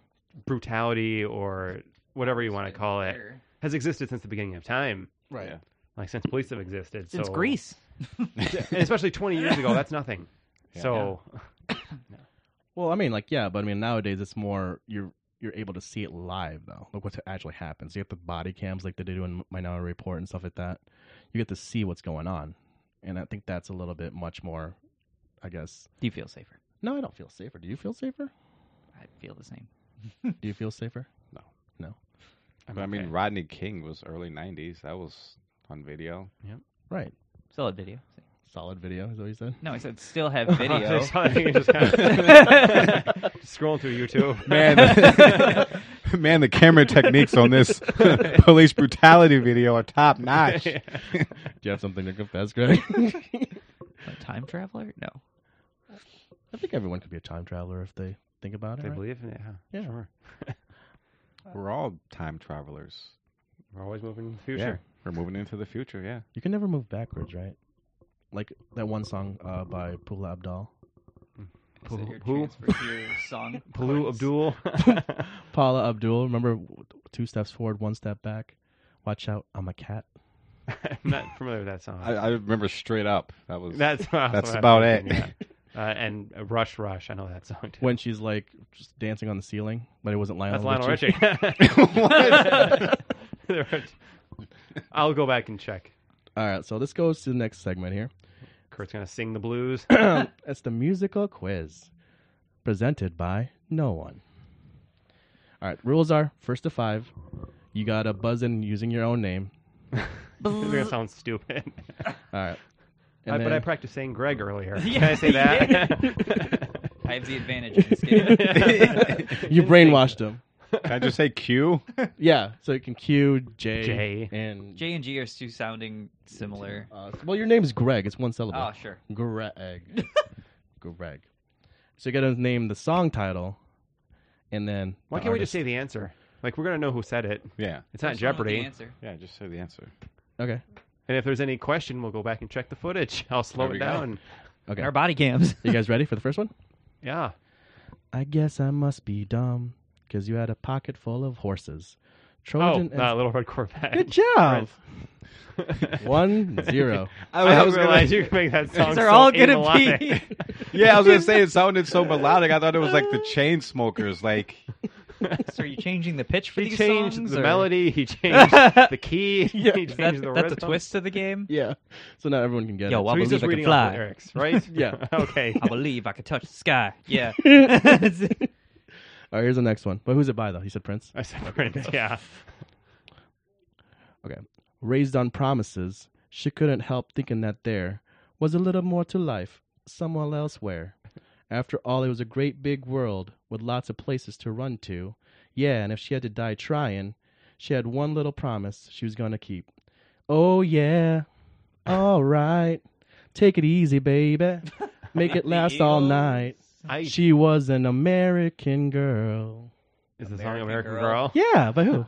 C: brutality or whatever you want to call it has existed since the beginning of time.
D: Right.
F: Yeah.
C: Like since police have existed.
E: Since
C: so,
E: Greece.
C: and especially twenty years ago, that's nothing. So
D: Well, I mean, like, yeah, but I mean, nowadays it's more you're you're able to see it live though. Look what actually happens. You get the body cams like they do in Minority Report and stuff like that. You get to see what's going on, and I think that's a little bit much more. I guess.
E: Do you feel safer?
D: No, I don't feel safer. Do you feel safer?
E: I feel the same.
D: Do you feel safer?
F: No.
D: No.
F: But I mean, Rodney King was early '90s. That was on video.
D: Right.
E: Still have video.
D: Solid video is what you said.
E: No, I said still have video.
C: Just scrolling through YouTube.
F: Man, man, the camera techniques on this police brutality video are top notch.
D: Do you have something to confess, Greg?
E: A time traveler? No.
D: I think everyone could be a time traveler if they think about it.
C: I
D: right?
C: believe. Yeah.
D: Yeah.
C: Sure.
F: We're all time travelers.
C: We're always moving in the
F: Yeah,
C: future.
F: we're moving into the future. Yeah,
D: You can never move backwards, right? Like that one song uh, by Paula Abdul.
E: Is it
C: Palu-
E: your
C: Who?
E: transfer to your song?
C: Palu
E: coins?
C: Abdul.
D: Paula Abdul, remember two steps forward, one step back. Watch out, I'm a cat.
C: I'm not familiar with that song.
F: I, I remember straight up. That was
C: that's what
F: that's
C: I'm
F: about it.
C: thinking, yeah. Uh, and uh, Rush Rush. I know that song too.
D: When she's like just dancing on the ceiling, but it wasn't Lionel.
C: That's Lionel
D: Richie.
C: Richie. There it- I'll go back and check.
D: All right, so this goes to the next segment here.
C: Kurt's gonna sing the blues.
D: it's the musical quiz presented by no one. All right, rules are first to five. You gotta buzz in using your own name.
C: this is gonna sound stupid.
D: All right, and
C: I, but I
D: then-
C: practiced saying Greg earlier.
E: Yeah,
C: Can I say that?
E: I have the advantage in this game.
D: you brainwashed him.
F: Can I just say Q?
D: Yeah, so you can Q J
C: J.
D: and
E: J and G are two sounding similar.
D: Uh, well, your name's Greg. It's one syllable.
C: Ah,
E: Oh, sure.
D: Greg. Greg. So you got to name the song title, and then
C: Why
D: the
C: can't we just
D: artist.
C: say the answer? Like we're gonna know who said it.
F: Yeah,
C: It's not
E: What's wrong with the
C: Jeopardy.
E: answer.
F: yeah. Just say the answer.
D: Okay.
C: And if there's any question, we'll go back and check the footage. I'll slow
F: There
C: it
F: we go.
C: down.
D: Okay.
E: Our body cams.
D: you guys ready for the first one?
C: Yeah.
D: I guess I must be dumb because you had a pocket full of horses.
C: Oh,
D: Trojan. and-
C: uh, Little Red Corvette.
D: Good job. one zero.
C: I, realized you could make that song.
E: These are
C: so
E: all gonna
C: melodic.
E: be.
F: Yeah, I was gonna say it sounded so melodic. I thought it was like the chain smokers. Like
E: So are you changing the pitch for
C: He
E: these
C: changed
E: songs?
C: the
E: or-
C: melody. He changed the key.
D: Yeah.
C: he
E: Is
C: changed
E: that-
C: the
E: that's a
C: rhythm.
E: twist to the game.
D: Yeah. So now everyone can get
E: Yo,
D: it.
E: I
C: So he's
E: believe I
C: just
E: can
C: reading off
E: fly.
C: the lyrics, right?
D: Yeah.
C: okay.
E: I believe I could touch the sky. Yeah.
D: All right, here's the next one. But who's it by though? He said Prince.
C: I said Prince. Yeah.
D: raised on promises, she couldn't help thinking that there was a little more to life somewhere elsewhere. After all, it was a great big world with lots of places to run to. Yeah, and if she had to die trying, she had one little promise she was going to keep. Oh, yeah. All right. Take it easy, baby. Make it last all night.
C: I, is
D: She was an American girl.
C: the song
E: American
C: American Girl?
E: Girl.
D: Yeah, by who?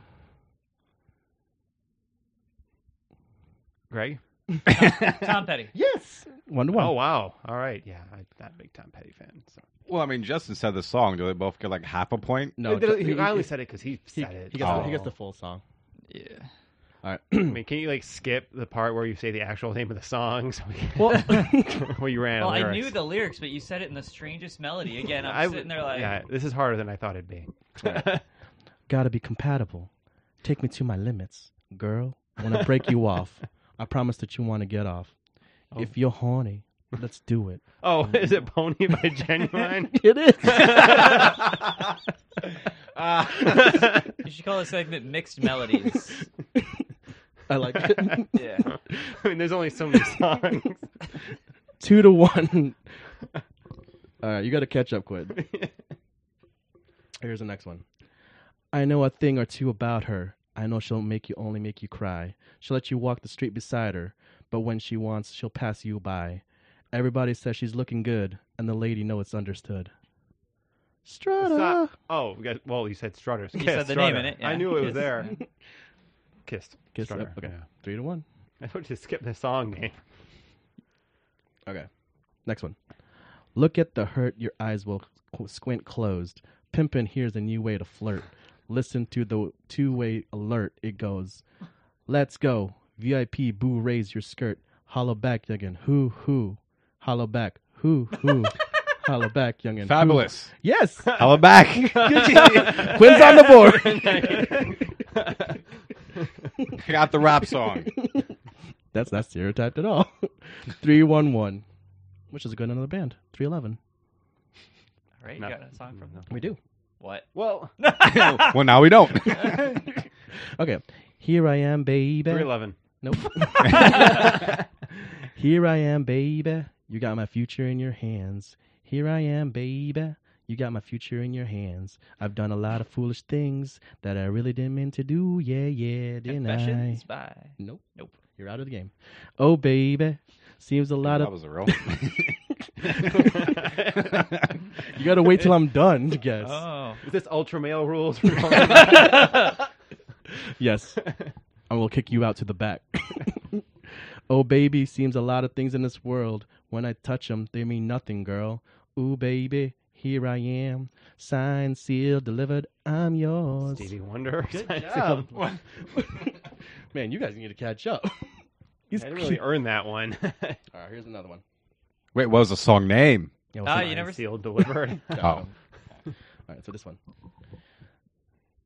C: Greg.
E: Tom Petty.
D: Yes. One to one.
C: Oh wow. All right. Yeah. I, that big Tom Petty fan. So.
F: well, I mean, Justin said the song. Do they both get like half a point?
D: no,
C: They- they-
D: he,
C: I only said it because he
D: he-
C: said it.
D: he gets the- he
F: Oh.
D: gets the full song.
E: Yeah.
D: All right.
C: I mean, can you like skip the part where you say the actual name of the song? So we,
D: Well,
C: where you ran.
E: Well,
C: on
E: I
C: lyrics.
E: knew the lyrics, but you said it in the strangest melody. Again, I'm
C: I-
E: sitting there like,
C: yeah, this is harder than I thought it'd be.
D: gotta be compatible. Take me to my limits. Girl, when I break you off, I promise that you want to get off. If you're horny, let's do it.
C: Oh,
G: Mm-hmm.
C: is it Pony by Genuine?
D: It is.
G: You should call a segment Mixed Melodies.
D: I like it.
G: yeah.
C: I mean, there's only so many songs.
D: Two to one. All right, you got to catch up, Quid. Here's the next one. I know a thing or two about her. I know she'll make you only make you cry. She'll let you walk the street beside her, but when she wants, she'll pass you by. Everybody says she's looking good, and the lady know it's understood.
C: So-
D: Strata.
C: oh, we got- well, you said Strutters.
G: You
C: Kiss,
G: said the name
C: Strutter.
G: in it,
C: I
G: yeah.
C: knew it was
G: Kiss.
C: there. Kissed.
D: Kiss-
C: Strutter,
D: okay,
C: yeah.
D: three to one.
C: I would just skip the song name.
D: Okay. Next one. Look at the hurt, your eyes will qu- squint closed. Pimpin' here's a new way to flirt. Listen to the two way alert, it goes. Let's go. VIP boo raise your skirt. Hollow back, youngin. Hoo hoo. Hollow back. Hoo hoo. Hollow back, youngin. Hoo.
F: Fabulous.
D: Yes.
F: Hello back.
D: Quinn's on the board.
F: Got the rap song.
D: That's not stereotyped at all. 311, which is a good another band. 311.
G: Right? You
C: No.
G: got a song from them.
D: We do.
G: What?
C: Well,
F: well, now we don't.
D: Okay. Here I am, baby.
C: 311.
D: Nope. Here I am, baby. You got my future in your hands. Here I am, baby. You got my future in your hands. I've done a lot of foolish things that I really didn't mean to do. Yeah, yeah, didn't
E: Confessions
D: I?
E: by
D: Nope.
E: Nope.
D: You're out of the game. Oh, baby. Seems a lot
F: that
D: of.
F: was a real.
D: You gotta wait till I'm done to guess.
E: Oh,
C: Is this Ultra Male Rules?
D: Yes. I will kick you out to the back. oh, baby, seems a lot of things in this world. When I touch them, they mean nothing, girl. Ooh, baby, here I am. Signed, sealed, delivered. I'm yours.
C: Stevie Wonder. Good
D: Man, you guys need to catch up. He's
C: I didn't really earn that one.
D: All right, here's another one.
F: Wait, what was the song name?
D: Yeah,
G: Ah,
D: what's
G: you
D: the-
G: never.
C: Sealed, delivered.
F: Oh,
D: All right, so this one.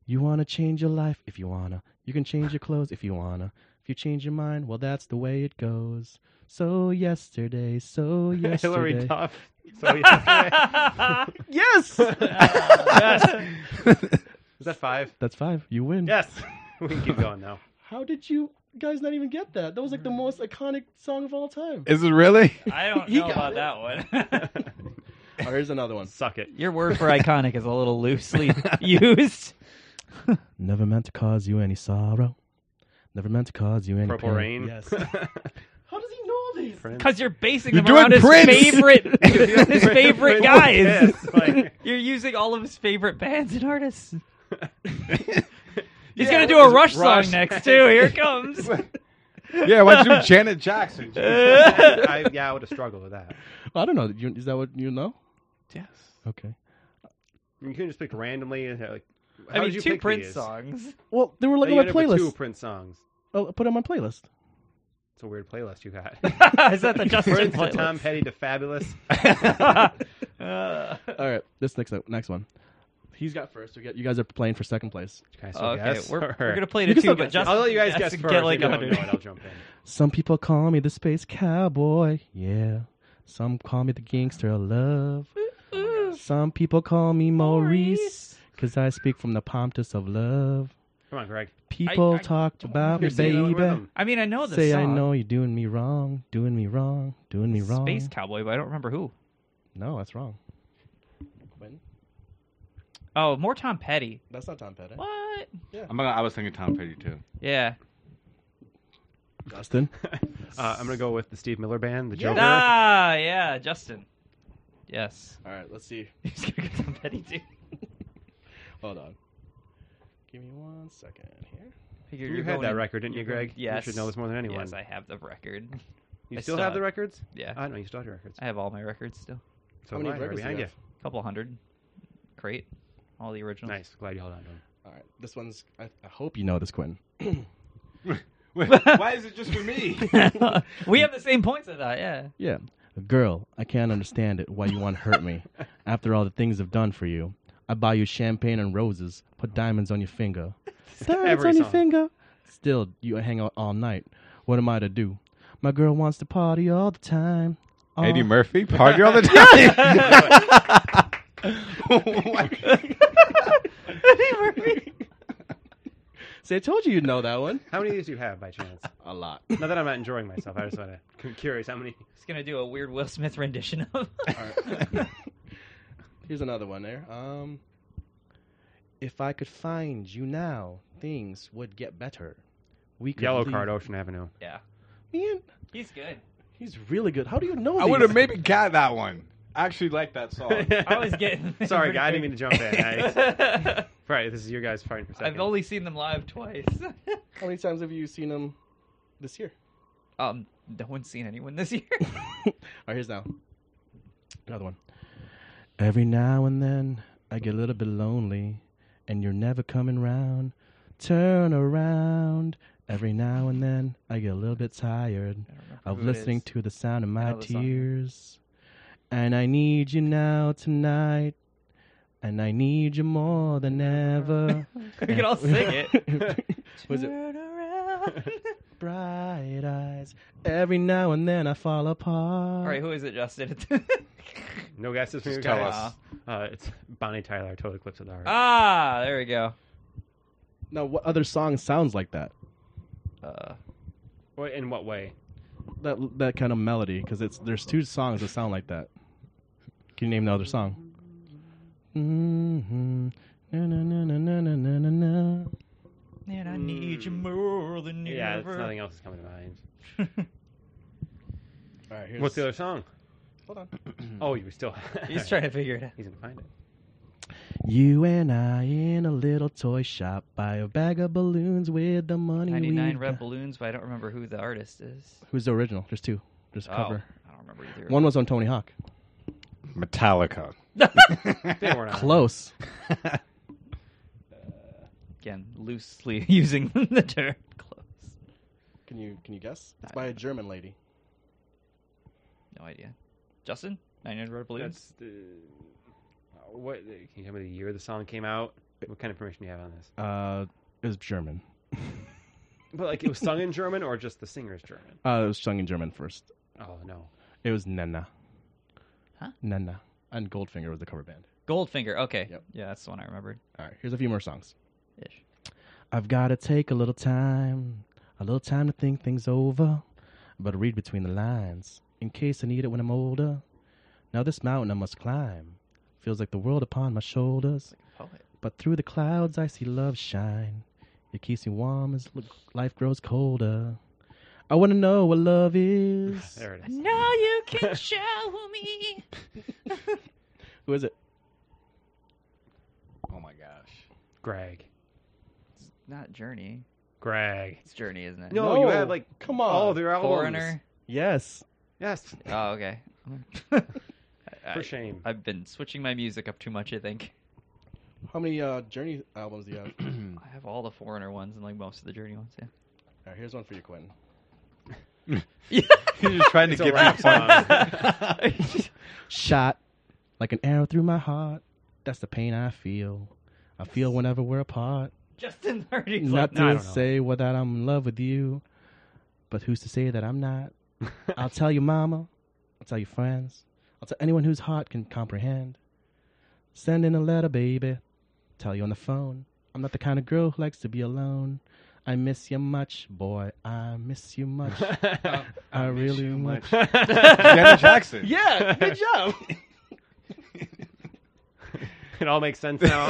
D: You want to change your life if you want to. You can change your clothes if you want to. If you change your mind, well, that's the way it goes. So yesterday, so yesterday.
C: Hillary Duff. So yeah.
D: Yes!
C: Is that five?
D: That's five. You win.
C: Yes. we can keep going now.
D: How did you guys not even get that? That was like the most iconic song of all time.
F: is it really?
G: I don't
D: He
G: know
D: got
G: about
D: it.
G: that one.
D: Oh, here's another one.
C: Suck it.
E: your word for iconic is a little loosely used.
D: Never meant to cause you any sorrow. Never meant to cause you any
C: Purple
D: pain.
C: Rain.
D: Yes. How does he know all these?
C: Prince.
G: Because you're basing
F: You're
G: them around
F: doing
G: his
F: Prince.
G: favorite, his favorite
C: Prince
G: guys.
C: Kiss, like-
G: You're using all of his favorite bands and artists. He's
F: Yeah,
G: gonna do a
F: it's
G: Rush,
F: Rush.
G: song next too. Here it comes.
F: Yeah, why don't you do Janet Jackson?
C: I, yeah, I would have struggled with that.
D: I don't know. You, is that what you know?
E: Yes.
D: Okay.
C: You can just pick randomly. and, Like, how
G: I mean,
C: did you
G: two
C: pick
G: Prince
C: these?
G: songs.
D: Well, they were like
C: Oh, you
D: on my
C: ended up with Two
D: playlist.
C: Prince songs.
D: Oh, put on my playlist.
C: It's a weird playlist you got.
G: Is that the Justin
C: Prince to
G: playlist?
C: Tom Petty to Fabulous.
D: All right. This next next one. He's got first. We got, you guys are playing for second place.
C: Can I still
E: Okay,
C: guess?
E: we're,
C: Or-
E: we're gonna play
D: You
E: the
D: can still
E: two, but
D: guess.
E: just
C: I'll let you guys
E: just
C: guess first.
E: Get like
C: if you
E: a
C: don't know it,
E: hundred.
C: I'll jump in.
D: Some people call me the space cowboy. Yeah. Some call me the gangster of love. Some people call me Maurice. Cause I speak from the promptus of love.
C: Come on, Greg.
D: People
G: I
D: talk about me,
C: You're singing along with
D: baby.
C: them.
G: I mean, I know the
D: Say I
G: song.
D: know you're doing me wrong, doing me wrong, doing me wrong.
E: Space Cowboy, but I don't remember who.
D: no, that's wrong. Quinn?
E: Oh, more Tom Petty.
D: That's not Tom Petty.
E: What?
F: I'm gonna, Oh I was thinking Tom Petty too.
E: Yeah.
D: Justin?
C: Uh, I'm gonna go with the Steve Miller Band, the Joker.
E: Ah, yeah, Justin. Yes.
D: All right, let's see.
E: He's gonna get Tom Petty too.
D: Hold on. Give me one second here.
E: Figure
C: You
E: you're
C: had
E: going
C: that
E: in-
C: record, didn't you, Greg?
E: Yes.
C: You should know this more than anyone.
E: Yes, I have the record.
C: you
E: I
C: still
E: still
C: have the
E: have-
C: records?
E: Yeah.
C: I know you still have your records.
E: I have all my records still.
C: So
D: How many
C: am I, right
D: records do you
C: behind you.
D: have?
E: A couple hundred. Crate. All the originals.
C: Nice. Glad you held on to them.
D: All right, this one's. I, I hope you know this, Quinn.
F: why is it just for me?
E: we have the same points I thought, yeah.
D: Yeah. Girl, I can't understand it why you want to hurt me after all the things I've done for you. I buy you champagne and roses, put diamonds on your finger. Diamonds
C: Every
D: on your
C: song.
D: finger. Still, you hang out all night. What am I to do? My girl wants to party all the time. Oh. All-
F: Eddie Murphy party all the
D: Oh
F: time.
D: See, I told you you'd know that one.
C: How many of these do you have by chance?
D: A lot.
C: Not that I'm not enjoying myself. I just want to. I'm curious how many.
E: It's gonna do a weird Will Smith rendition of.
D: Here's another one there. Um, if I could find you now, things would get better. We could
C: Yellow
D: leave-
C: card, oh. Ocean Avenue.
E: yeah,
D: Man,
E: he's good.
D: he's really good. How do you know?
F: I would have
D: these?
F: maybe got that one. I actually like that song.
E: I was getting.
C: Sorry, guy, I didn't mean to jump in. I, right, this is your guys' fighting for 2nd
E: I've only seen them live twice.
D: How many times have you seen him this year?
E: um, no one's seen anyone this year.
D: All right, here's now. Another one. Every now and then I get a little bit lonely, and you're never coming round. Turn around. Every now and then I get a little bit tired of
E: who it
D: listening
E: is.
D: to the sound of my
E: know the song.
D: tears. And I need you now tonight. And I need you more than ever.
E: we can all sing it.
D: Was it
E: Turn around.
D: bright eyes? Every now and then I fall apart.
E: all right, who is it, Justin?
C: No guesses from you
F: tell
C: guys.
E: us.
C: Uh, it's Bonnie Tyler, Total Eclipse of the Heart.
E: ah, there we go.
D: Now, what other song sounds like that?
E: Uh,
C: Wait, in what way?
D: That that kind of melody, because it's there's two songs that sound like that. Can you name the other song? Mm-hmm. Na, na, na, na, na, na, na, na.
E: and I need you more than you
C: Hmm. Yeah, it's,
E: ever.
C: nothing else is coming to mind.
D: All right, here's
C: What's the other song?
D: Hold on.
C: Oh, you were still.
E: He's trying to figure it out.
C: He's gonna find it.
D: You and I in a little toy shop buy a bag of balloons with the money. we
E: 99 Red
D: got.
E: Balloons, but I don't remember who the artist is.
D: Who's the original? There's two. There's a cover.
E: Oh, I don't remember either.
D: One was on Tony Hawk.
F: Metallica.
C: They were not.
D: Close.
E: Again, loosely using the term close.
D: Can you can you guess? It's
E: I by a don't
D: German lady.
E: No idea. Justin? 99 Red Balloons?
C: That's the. uh, What? Can you tell me the year the song came out? What kind of information do you have on this?
D: Uh, it was German.
C: But like, it was sung in German or just the singer's German?
D: Uh, it was sung in German first.
C: Oh no.
D: It was Nana.
E: Huh?
D: Nana. And Goldfinger was the cover band.
E: Goldfinger. Okay.
D: Yep.
E: Yeah, that's the one I remembered.
D: All right, here's a few more songs.
E: Ish.
D: I've got to take a little time, a little time to think things over, but read between the lines in case I need it when I'm older. Now this mountain I must climb feels like the world upon my shoulders,
E: Poet.
D: but through the clouds I see love shine. It keeps me warm as l- life grows colder. I want to know what love is.
C: There it is.
E: Now you can show me.
D: Who is it?
F: Oh my gosh.
C: Greg.
E: It's not Journey.
C: Greg.
E: It's Journey, isn't it?
C: No, Oh, you have like
D: come
C: all of your albums.
E: Foreigner.
D: Yes.
C: Yes.
E: Oh, okay. I,
C: For shame.
E: I've been switching my music up too much, I think.
D: How many uh, Journey albums do you have? All
C: Hmm.
E: I have all the Foreigner ones and like most of the Journey ones, yeah.
D: right, here's one for you, Quentin.
F: He's just trying to
C: It's a
F: give me a
C: rap song.
F: fun.
D: shot like an arrow through my heart. That's the pain I feel. I feel whenever we're apart.
E: Justin already
D: Not
E: like,
C: "No, I
D: to
C: don't know."
D: say whether I'm in love with you, but who's to say that I'm not? I'll tell your mama. I'll tell your friends. I'll tell anyone whose heart can comprehend. Send in a letter, baby. Tell you on the phone. I'm not the kind of girl who likes to be alone. I miss you much, boy. I miss you much. I really much.
F: Janet Jackson.
D: Yeah, good job.
C: it all makes sense now.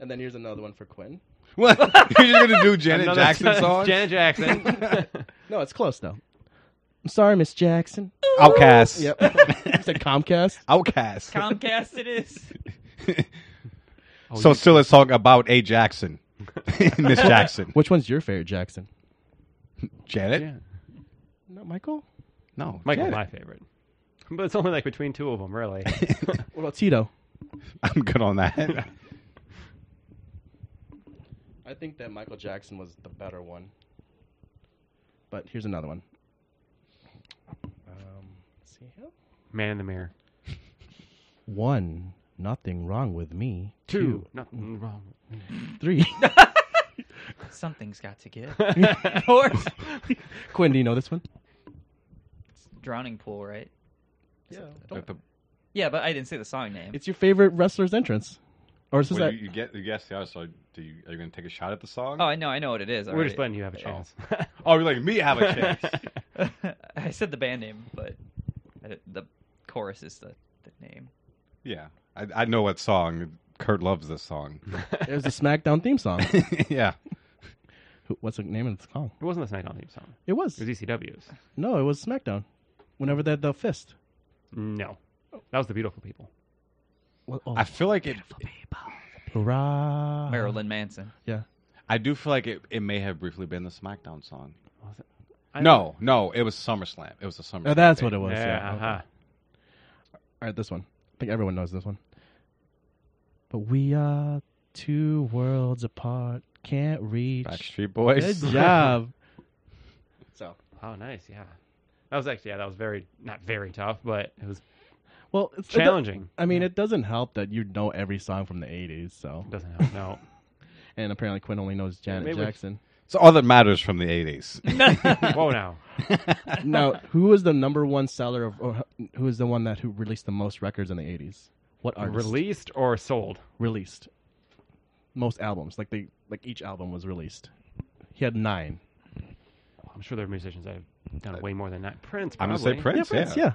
D: and then here's another one for Quinn.
F: What? You're just gonna do Janet
C: Another
F: Jackson
C: song.
F: songs?
C: Janet Jackson.
D: No, it's close though. I'm sorry, Miss Jackson.
F: Outcast.
D: Yep. you said Comcast.
F: Outcast.
E: Comcast it is.
F: so still a song about a Jackson. Miss Jackson.
D: Which one's your favorite Jackson?
F: Janet?
D: No, Michael.
F: No.
C: Michael,
F: Janet.
C: my favorite. But it's only like between two of them, really.
D: What about Tito?
F: I'm good on that.
D: I think that Michael Jackson was the better one. But here's another one. Um, let's see here.
C: Man in the Mirror.
D: One Nothing wrong with me.
C: Two. Nothing wrong.
D: Three.
E: Something's got to give.
G: Or
D: Quinn, do you know this one?
G: drowning pool, right?
D: Yeah.
F: Like the-
G: Yeah, but I didn't say the song name.
D: Uh, It's your favorite wrestler's entrance. Or is this
F: well,
D: that
F: you, you get you guess yeah. So do you are you gonna take a shot at the song?
G: oh, I know, I know what it is.
C: We're just
G: already.
C: letting you have a chance.
F: oh, you're like me have a chance.
G: I said the band name, but I didn't- the chorus is the, the name.
F: yeah, I, I know what song. Kurt loves this song.
D: it was the SmackDown theme song?
F: yeah,
D: Who- What's the name of the song?
C: It wasn't the Night on Theme song.
D: It was.
C: It was E ECW's.
D: No, it was SmackDown. Whenever they had the fist.
C: No. That was the beautiful people.
D: Well, oh,
F: I feel like it.
D: hurrah.
G: Marilyn Manson.
D: Yeah.
F: I do feel like it, it may have briefly been the SmackDown song.
C: Was it? I-
F: no, no, it was SummerSlam. It was a SummerSlam.
D: Oh, that's
F: thing.
D: what it was.
C: Yeah,
D: Yeah. okay.
C: uh-huh.
D: All right, this one. I think everyone knows this one. But we are two worlds apart. Can't reach.
F: Backstreet Boys.
D: Good job.
C: Oh, nice. Yeah. That was actually, yeah, that was very, not very tough, but it was
D: Well, it's it do-
C: challenging.
D: I mean, it doesn't help that you know every song from the '80s. So,
C: It doesn't help. No.
D: and apparently Quinn only knows Janet
C: maybe we-
D: Jackson.
F: It's all that matters from the '80s.
C: Whoa, now.
D: now, who was the number one seller of, or who was the one that who released the most records in the '80s? What artist
C: Released or sold?
D: released most albums? Like they, like each album was released. He had nine.
C: I'm sure there are musicians that have done way more than that. Prince,
F: Uh, I'm
C: probably.
F: gonna say Prince.
D: Yeah, Prince,
F: Yeah,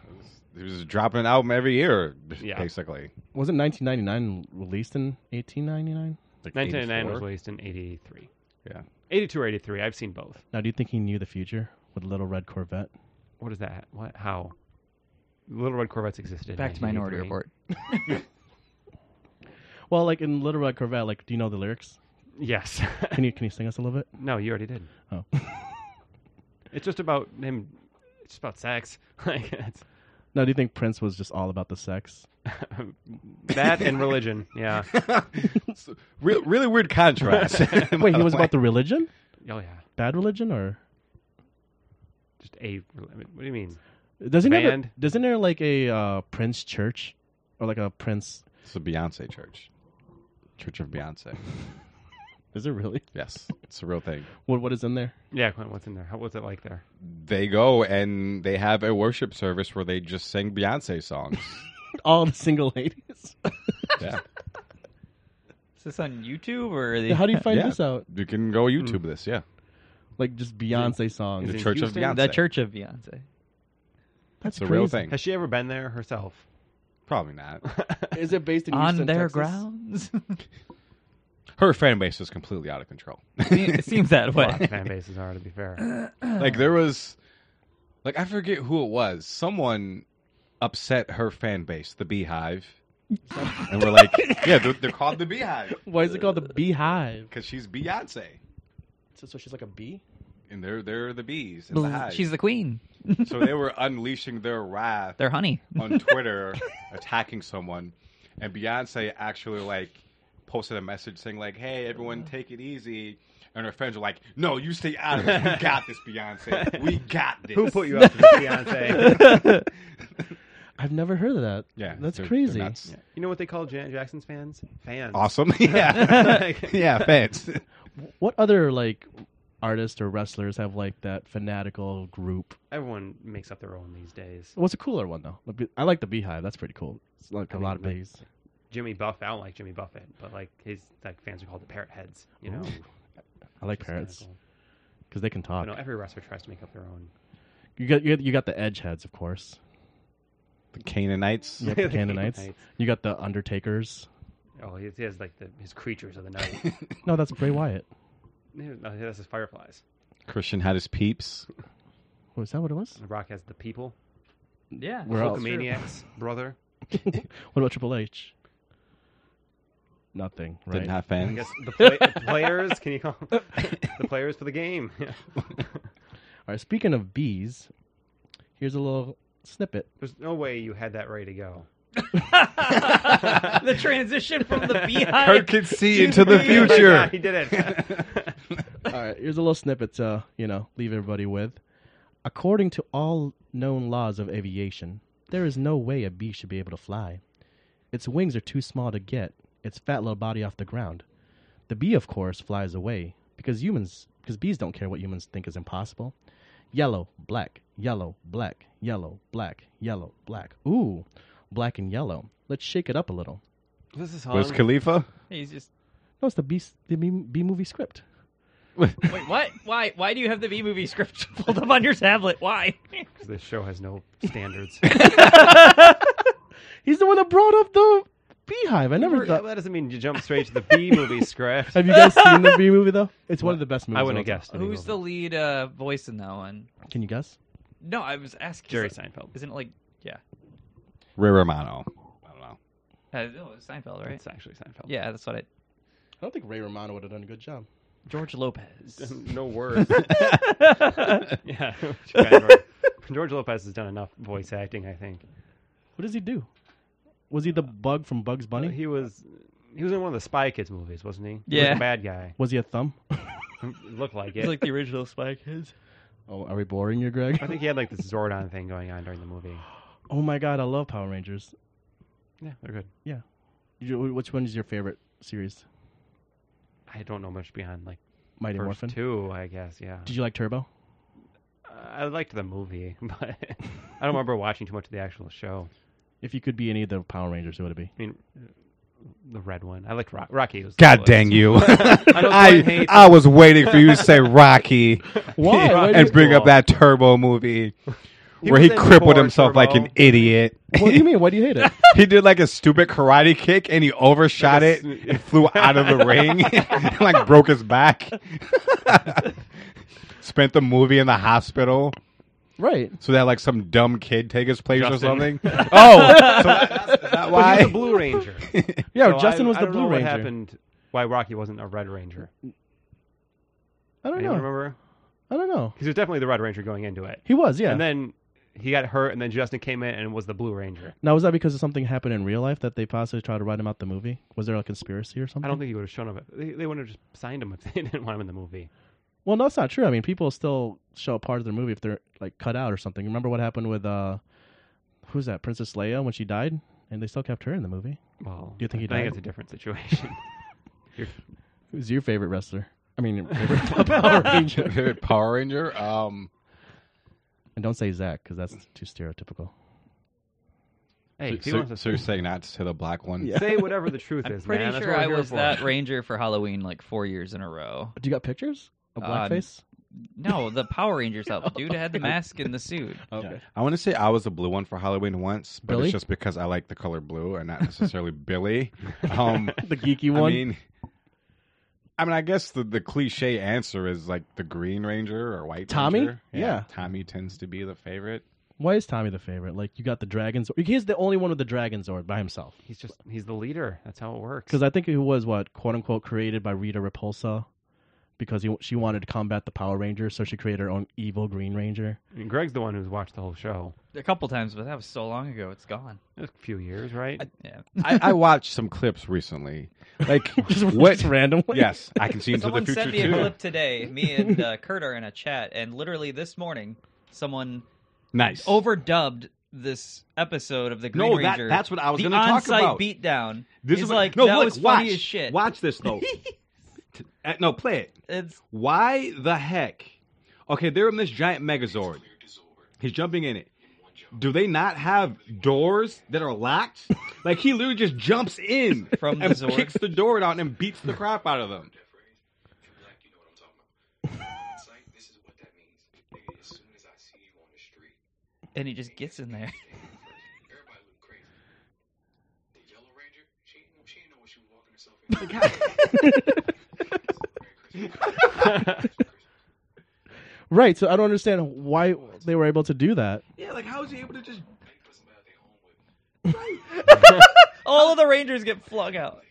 F: He was dropping an album every year,
C: Yeah.
F: basically.
D: Wasn't 1999 released in 1899?
F: Like
C: 1999
F: 84.
C: was released in 83.
F: Yeah.
C: 82 or 83. I've seen both.
D: Now, do you think he knew the future with Little Red Corvette?
C: What is that? What? How? Little Red Corvettes existed. in
E: Back to Minority
C: 1983.
E: Report.
D: Well, like in Little Red Corvette, like do you know the lyrics?
C: Yes.
D: Can you can you sing us a little bit?
C: no, you already did.
D: Oh.
C: It's just about him. It's just about sex. Like it's,
D: Now, do you think Prince was just all about the sex?
C: that and religion. Yeah.
F: Re- really weird contrast.
D: Wait, he was about the religion?
C: Oh yeah.
D: Bad religion or
C: Just a. What do you mean?
D: doesn't there
C: Band.
D: doesn't there like a uh, Prince church or like a Prince?
F: It's a Beyonce church. Church of Beyonce.
D: Is it really?
F: Yes, it's a real thing.
D: What what is in there?
C: Yeah. Clint, What's in there? How, what's it like there?
F: They go and they have a worship service where they just sing Beyonce songs.
D: All the single ladies.
F: yeah,
G: Is this on YouTube or the?
D: How do you find
F: Yeah.
D: this out? Hmm.
F: you can go YouTube this. Yeah,
D: Like just Beyonce songs.
C: Is
F: the
C: it
F: Church of
C: Houston?
F: Beyonce.
G: the Church of Beyonce.
D: That's
F: it's a real
D: crazy.
F: thing.
C: Has she ever been there herself?
F: Probably not.
D: Is it based in
E: On
D: Houston,
E: their
D: Texas?
E: grounds?
F: Her fan base is completely out of control.
G: it seems that
C: A lot
G: way.
C: of fan bases are, to be fair.
F: like there was like i forget who it was someone upset her fan base the beehive and we're like yeah they're, they're called the beehive
D: Why is it called the Beehive?
F: because she's beyonce
D: So, so she's like a bee. and
F: and they're they're the bees in the hive
E: She's the queen.
F: so they were unleashing their wrath
E: They're honey.
F: on twitter attacking someone and beyonce actually like posted a message saying like hey everyone take it easy and her fans were like no you stay out of it you got this beyonce we got this
C: Who put you up to this, Beyonce?
D: I've never heard of that.
F: yeah
D: that's
F: they're- they're
D: crazy.
F: nuts.
C: You know what they call Janet Jackson's fans? Fans.
F: awesome. Yeah. yeah, fans.
D: What other like artists or wrestlers have like that fanatical group?
C: Everyone makes up their own these days.
D: What's a cooler one though? The Be- I like the Beehive. That's pretty cool. It's like a
C: I mean,
D: lot of
C: like-
D: bees.
C: Jimmy Buffett. I don't like Jimmy Buffett, but like his like fans are called the parrot heads. You know,
D: I like
C: It's kinda
D: parrots
C: cool.
D: because they can talk.
C: But no, every wrestler tries to make up their own.
D: You got you got, you got the edge heads, of course.
F: The Canaanites.
D: You got the
C: The
D: Canaanites.
C: Canaanites.
D: You got the Undertakers.
C: Oh, he he has like the, his creatures of the night.
D: No, that's Bray Wyatt.
C: no, that's his fireflies.
F: Christian had his peeps.
D: Was Oh, that what it was?
C: The Rock has the people.
G: yeah.
D: We're all-
C: Hulkamaniacs, brother.
D: What about Triple H? Nothing. Right.
F: Didn't have
C: I
F: fans.
C: guess the, play, the players. Can you call 'em the players for the game? Yeah.
D: All right. Speaking of bees, here's a little snippet.
C: There's no way you had that ready to go.
G: the transition from the
F: Kurt
G: beehive.
F: can see into the
C: Oh my God,
F: future.
C: he did it.
D: All right. Here's a little snippet to you know leave everybody with. According to all known laws of aviation, there is no way a bee should be able to fly. Its wings are too small to get its fat little body off the ground. The bee, of course, flies away because humans, because bees don't care what humans think is impossible. Yellow, black, yellow, black, yellow, black, yellow, black. Ooh, black and yellow. Let's shake it up a little.
C: This is
F: Wiz Khalifa?
G: He's just
D: No, it's the bee, the bee, bee movie script.
G: wait. What? Why? Why do you have the B movie script pulled up on your tablet? Why?
C: This show has no standards.
D: He's the one that brought up the beehive. I never thought.
C: that doesn't mean you jump straight to the B movie script.
D: Have you guys seen the bee movie though? It's one of the best movies.
C: I
D: of
C: wouldn't have
D: all time.
C: guessed. any
G: Who's
C: of
G: the
C: them.
G: lead uh, voice in that one?
D: Can you guess?
G: No, I was asking.
C: Jerry
G: Seinfeld.
C: Seinfeld?
G: Isn't it like yeah?
F: Ray Romano. I don't know.
G: Uh, no, it's Seinfeld, right?
C: It's actually Seinfeld.
G: Yeah, that's what I.
D: I don't think Ray Romano would have done a good job.
G: George Lopez.
C: no words. yeah. George- George Lopez has done enough voice acting, I think.
D: What does he do? Was he the bug from Bugs Bunny?
C: He was he was in one of the Spy Kids movies, wasn't he? He was
G: Yeah.
C: a bad guy.
D: was he a thumb?
C: Looked like it.
G: He's like the original Spy Kids.
D: Oh, are we boring you, Greg?
C: I think he had like this Zordon thing going on during the movie.
D: Oh my god, I love Power Rangers.
C: Yeah, they're good.
D: You- Which one is your favorite series?
C: I don't know much beyond like
D: Mighty
C: first
D: Morphin.
C: two, I guess. Yeah.
D: Did you like Turbo?
C: I liked the movie, but I don't remember watching too much of the actual show.
D: If you could be any of the Power Rangers, who would it be?
C: I mean, the red one. I liked Rock- Rocky. Was the
F: God
C: coolest.
F: dang you.
C: know Glenn
F: I,
C: hates
F: I was waiting for you to say Rocky
D: Why? Why do
F: and
D: you-
F: bring up
C: cool.
F: that Turbo movie
C: He
F: where
C: was
F: he
C: in
F: crippled
C: before
F: himself like an
C: Turbo.
F: idiot.
D: what do you mean? Why do you hate it?
F: he did like a stupid karate kick and he overshot
C: Like
F: it
C: a s-
F: and flew out of the ring and like broke his back. Spent the movie in the hospital
D: right.
F: so that like some dumb kid take his place or
C: Justin.
F: something. oh, so that's,
C: But
F: is that
C: he was
F: why?
C: the Blue Ranger.
D: Yeah,
C: So
D: Justin
C: I,
D: was
C: I
D: the
C: don't
D: Blue
C: know
D: Ranger.
C: What happened? Why Rocky wasn't a Red Ranger?
D: I don't
C: Anyone
D: know.
C: remember?
D: I don't know.
C: Because he was definitely the Red Ranger going into it,
D: He was, yeah.
C: and then he got hurt, and then Justin came in and was the Blue Ranger.
D: now was that because of something happened in real life that they possibly tried to write him out the movie? Was there a conspiracy or something?
C: I don't
G: Mm-hmm.
C: think he would have shown up. They, they wouldn't have just signed him if they didn't want him in the movie.
D: Well, no, that's not true. I mean, people still show up part of their movie if they're like cut out or something. Remember what happened with uh, who's that Princess Leia when she died, and they still kept her in the movie.
C: Well,
D: Do you think he
C: I think
D: died?
C: it's a different situation.
D: Who's your favorite wrestler? I mean, favorite Power Ranger.
F: Power Ranger. Um,
D: And don't say Zach because that's too stereotypical.
C: hey, if he
F: so,
C: wants to
F: so you're saying not to say the black one?
D: Yeah.
C: say whatever the truth
G: I'm
C: is,
G: pretty
C: man. That's
G: sure
C: what we're
G: I
C: here
G: was
C: for.
G: that ranger for Halloween like four years in a row.
D: Do you got pictures of
G: Uh,
D: blackface?
G: No, the Power Rangers outfit. Dude had the mask and the suit.
F: Oh.
D: okay.
F: I want to say I was a blue one for Halloween once, but
D: Billy?
F: it's just because I like the color blue and not necessarily Billy. Um,
D: The geeky one.
F: I mean, I mean, I guess the, the cliche answer is like the Green Ranger or White
D: Tommy?
F: Ranger.
D: Yeah.
F: Tommy tends to be the favorite.
D: Why is Tommy the favorite? Like you got the dragon Zord. He's the only one with the dragon Zord by himself.
C: He's just he's the leader. That's how it works.
D: Because I think it was what quote unquote created by Rita Repulsa, because he, she wanted to combat the Power Rangers, so she created her own evil Green Ranger.
C: I mean, Greg's the one who's watched the whole show.
G: A couple times, but that was so long ago. It's gone.
C: It was a few years, right?
G: Yeah.
F: I, I watched some clips recently. Like
D: just,
F: what?
D: just randomly.
F: Yes, I can see into
G: Someone
F: the future
G: sent me
F: too.
G: a clip today. Me and uh, Kurt are in a chat, and literally this morning, someone
F: Nice.
G: overdubbed this episode of the Green
F: No, that-
G: Ranger.
F: that's what I was
G: the
F: gonna talk
G: on-site
F: about.
G: beatdown.
F: This
G: He's
F: is what-
G: like
F: no,
G: that
F: look,
G: was
F: watch,
G: funny as shit.
F: Watch this though. T- uh, no, play it.
G: It's
F: Why the heck? Okay, they're in this giant Megazord. He's jumping in it. Do they not have doors that are locked? like he literally just jumps in
G: From the
F: and
G: Zord?
F: kicks the door down and beats the crap out of them.
G: and he just gets in there.
D: Right. So I don't understand why they were able to do that.
F: Yeah, like how is he able to just?
G: All of the Rangers get flung out.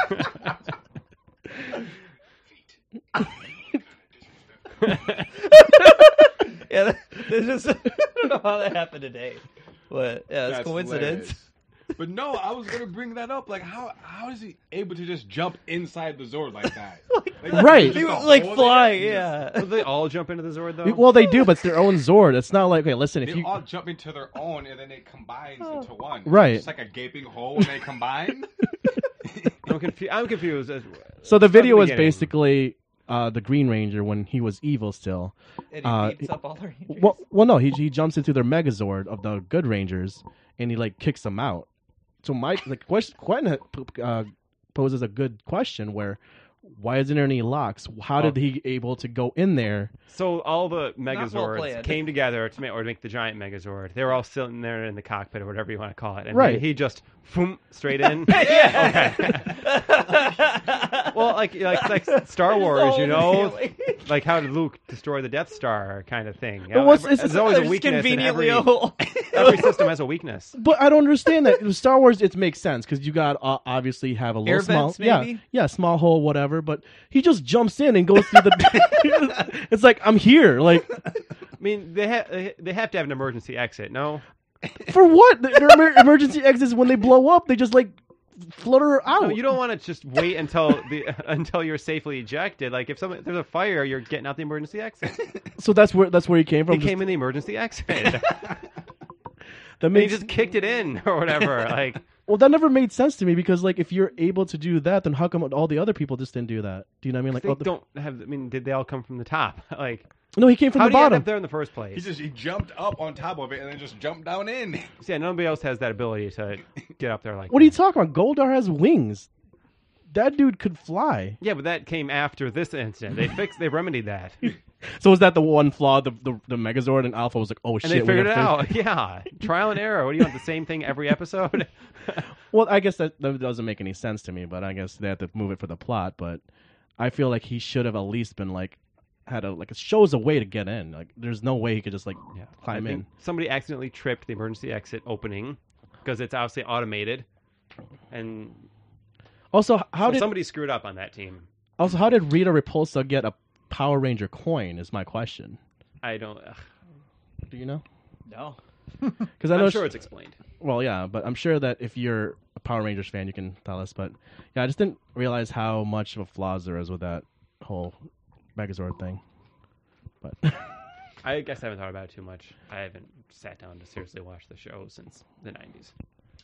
G: yeah, this is. I don't know how that happened today, but yeah, it's coincidence.
F: But no, I was gonna bring that up. Like, how how is he able to just jump inside the Zord like that? Like,
D: Right.
F: just a
E: like
F: hole
E: flying,
F: there?
E: yeah.
C: Don't they all jump into the Zord though?
D: Well, they do, but it's their own Zord. It's not like okay, listen,
F: They
D: if you
F: all jump into their own and then it combines into one.
D: Right.
F: It's just like a gaping hole when they combine.
C: I'm, confu- I'm confused. As-
D: so the
C: From the
D: video was
C: beginning.
D: basically uh, the Green Ranger when he was evil still.
G: And he
D: Uh,
G: beats up all the Rangers.
D: Well, well, no, he he jumps into their Megazord of the Good Rangers and he like kicks them out. So my the question Quentin uh, poses a good question where why isn't there any locks? How
C: Oh.
D: did he able to go in there?
C: so all the
G: well
C: Megazords
G: planned.
C: came together to make or to make the giant Megazord. They were all sitting there in the cockpit or whatever you want to call it. And
D: Right.
C: He, he just foom, straight in.
G: Yeah.
C: Okay. well, like like like Star Wars,
G: Oh,
C: you know, like how did Luke destroy the Death Star kind of thing. You know,
D: what's-
C: every-
D: it's-
C: there's always a
E: Just
C: weakness. in
E: conveniently
C: every,
E: all-
C: every system has a weakness.
D: But I don't understand that In Star Wars. It makes sense because you got uh, obviously have a little
E: Air
D: small,
E: vents,
D: yeah,
E: maybe?
D: yeah, small hole, whatever. But he just jumps in and goes through the. it's like I'm here, like
C: I mean, they ha- they have to have an emergency exit. No,
D: for what? Their emer- emergency exits when they blow up, they just like flutter out.
C: no you don't want to just wait until the until you're safely ejected. Like if some there's a fire, you're getting out the emergency exit.
D: So that's where that's where he came
C: He
D: from. just-
C: came in the emergency exit.
D: that
C: and he
D: makes
C: just kicked it in or whatever. Like
D: well, that never made sense to me because like if you're able to do that, then how come all the other people just didn't do that? Do you know what I mean? Like,
C: they
D: all the-
C: don't have. I mean, did they all come from the top? Like
D: no, he came from
C: how
D: the
C: do you end
D: bottom.
C: up there in the first place?
F: he just he jumped up on top of it and then just jumped down in.
C: Yeah, nobody else has that ability to get up there like.
D: What are you
C: that.
D: talking about? Goldar has wings. That dude could fly.
C: yeah, but that came after this incident. They fixed, they remedied that, and
D: So was that the one flaw? The the, the Megazord and Alpha was like, oh shit,
C: they
D: we
C: figured it
D: gotta
C: out.
D: fix-
C: Yeah, trial and error. What do you want? The same thing every episode.
D: Well, I guess that, that doesn't make any sense to me, but I guess they have to move it for the plot. But I feel like he should have at least been like had a like it shows a way to get in. Like there's no way he could just like
C: Yeah,
D: climb
C: I
D: in.
C: think somebody accidentally tripped the emergency exit opening because it's obviously automated, and
D: Also, how
C: so
D: did
C: somebody screwed up on that team.
D: also how did Rita Repulsa get a Power Ranger coin? Is my question.
C: I don't. Ugh.
D: Do you know?
G: no.
D: Because I know
C: I'm
D: she-
C: sure it's explained.
D: Well, yeah, but I'm sure that if you're a Power Rangers fan, you can tell us. But yeah, I just didn't realize how much of a flaws there is with that whole Megazord thing. But
C: I guess I haven't thought about it too much. I haven't sat down to seriously watch the show since the '90s.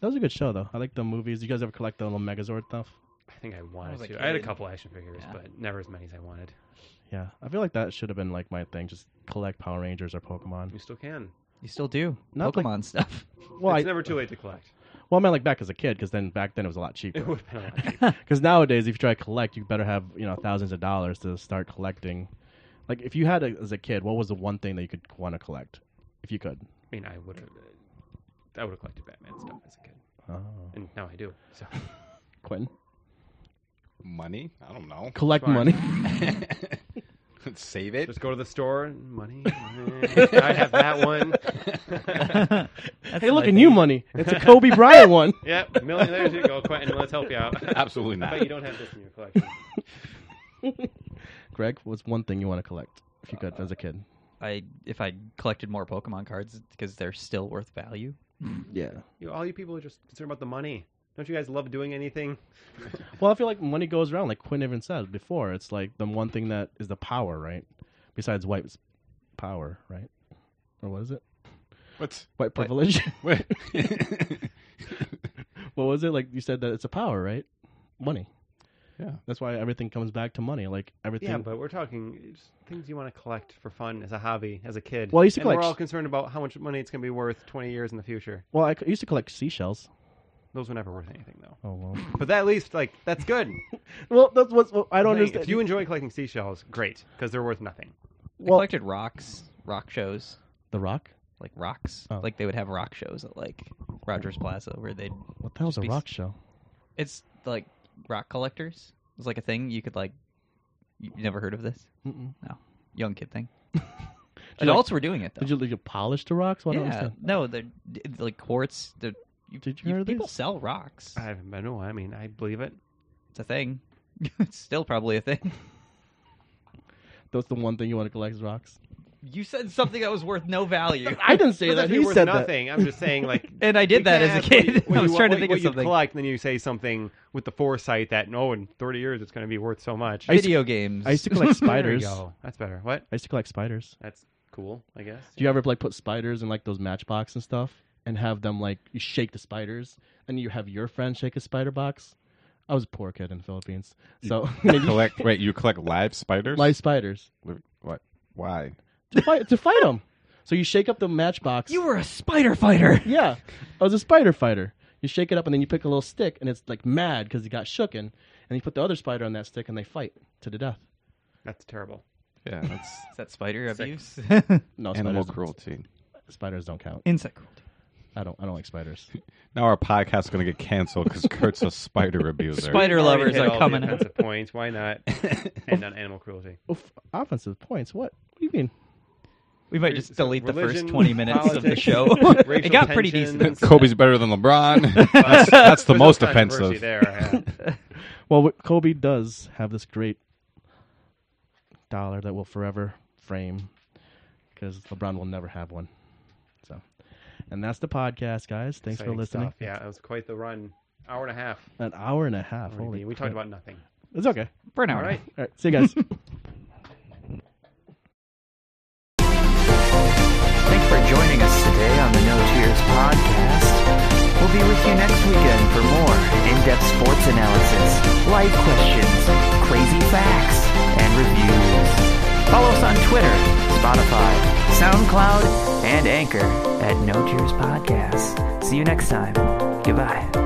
D: that was a good show, though. I like the movies. You guys ever collect the little Megazord stuff?
C: I think I wanted
G: was a
C: to. I had a
G: kid.
C: couple action figures,
G: Yeah.
C: but never as many as I wanted.
D: Yeah, I feel like that should have been like my thing. Just collect Power Rangers or
C: You
D: Pokemon.
C: still can.
E: You still do
D: Not like-
E: Pokemon stuff.
D: Well, I,
C: it's never too late to collect.
D: well, I meant like back as a kid, because then back then it was a lot cheaper.
C: It would have been a lot. cheaper.
D: Because nowadays, if you try to collect, you better have you know thousands of dollars to start collecting. Like if you had a, as a kid, what was the one thing that you could want to collect, if you could?
C: I mean, I would have. I would have collected Batman stuff as a kid,
D: Oh,
C: and now I do. So
D: Quentin,
F: Money? I don't know.
D: collect
C: Smart.
D: money.
F: Save it.
C: just go to the store. and Money. I have that one.
D: hey, look, a new money. It's a Kobe Bryant one.
C: Yep, million. There you go, Quentin. Let's help you out.
F: Absolutely
C: I
F: not.
C: bet you don't have this in your collection.
D: Greg, what's one thing you want to collect if you could as a kid?
E: I if I collected more Pokemon cards because they're still worth value.
D: Yeah.
C: You, all you people are just concerned about the money. Don't you guys love doing anything?
D: Well, I feel like money goes around, like Quinn even said before. It's like the one thing that is the power, right? Besides white's power, right? Or what is it?
F: What's
D: White privilege.
F: what?
D: what was it? Like you said that it's a power, right? Money.
F: Yeah.
D: That's why everything comes back to money. Like everything.
C: Yeah, but we're talking just things you want to collect for fun as a hobby, as a kid.
D: Well, I used to
C: and
D: collect-
C: We're all concerned about how much money it's going to be worth 20 years in the future.
D: well, I c- used to collect seashells.
C: Those were never worth anything, though.
D: Oh well.
C: But that at least, like, that's good.
D: well, that's what what I don't
C: Hey,
D: understand.
C: If you enjoy collecting seashells, great, because they're worth nothing.
E: I
D: well,
E: collected rocks, rock shows,
D: the Rock.
E: like rocks.
D: Oh.
E: Like they would have rock shows at like Rogers Plaza where they'd
D: What the hell's
E: Just
D: a
E: be-
D: rock show?
E: it's like rock collectors. It was like a thing you could like you you never heard of this?
D: Mm-mm.
E: No. Young kid thing.
D: you like-
E: Adults were doing it though.
D: Did you, did you polish the rocks? Well, I don't
E: yeah.
D: understand.
E: No, they're d- like quartz. They're, you,
D: Did you hear of
E: people
D: this?
E: sell rocks.
C: I haven't been. No, I mean, I believe it.
E: It's a thing. it's still probably a thing.
D: That's the one thing you want to collect is rocks.
G: You said something that was worth no value.
D: I didn't say
C: But
D: that.
C: that's
D: He
C: worth
D: said that.
C: nothing. I'm just saying, like,
G: And I did
C: you
G: that
C: can't
G: as a
C: ask what you-
G: kid.
C: what
G: I was
C: you-
G: trying to
C: what-
G: think
C: what
G: of
C: you
G: something.
C: collect, and then you say something with the foresight that, no, in 30 years it's going to be worth so much.
D: used to-
E: Video games.
D: I used to collect
C: There you
D: spiders. I
C: go. That's better. What?
D: used to collect spiders.
C: That's cool, I guess.
D: Do you ever like put spiders in like those matchbox and stuff, and have them like you shake the spiders, and you have your friend shake a spider box? I was a poor kid in the Philippines, so
F: collect. Wait, you collect live spiders?
D: live spiders
F: What? Why?
D: to fight to fight them. So you shake up the matchbox.
E: You were a spider fighter.
D: Yeah, I was a spider fighter. You shake it up and then you pick a little stick and it's like mad because it got shooken, and you put the other spider on that stick and they fight to the death.
C: That's terrible.
F: Yeah, that's
G: Is that spider abuse?
D: No,
F: animal
D: spiders,
F: cruelty.
D: spiders don't count.
G: Insect cruelty.
D: I don't. I don't like spiders.
F: Now our podcast is going to get canceled because Kurt's a spider abuser.
G: Spider- Your
C: Already
G: lovers
C: hit
G: are
C: all the
G: coming out.
C: offensive points. Why not end on animal cruelty?
D: Oof, offensive points. What? What do you mean?
G: We might just
C: So
G: delete the
C: religion,
G: first 20 minutes of the
C: politics,
G: show.
C: racial
G: it got pretty
C: tensions.
G: decent.
F: Kobe's better than LeBron. that's that's the
C: There's no
F: most
C: controversy
F: offensive.
C: There, yeah.
D: Well, what Kobe does have this great dollar that will forever frame because LeBron will never have one. So, and that's the podcast, guys. Thanks
C: Exciting
D: for listening.
C: Stuff. Yeah, it was quite the run. Hour and a half.
D: An hour and a half. Holy
C: we
D: crap.
C: talked about nothing.
D: It's okay.
G: For an hour.
C: All right.
D: All right. See you guys.
A: Thanks for joining us today on the No Tears podcast. We'll be with you next weekend for more in-depth sports analysis, live questions, crazy facts, and reviews. Follow us on Twitter, Spotify, SoundCloud, and Anchor at No Tears Podcast. See you next time. Goodbye.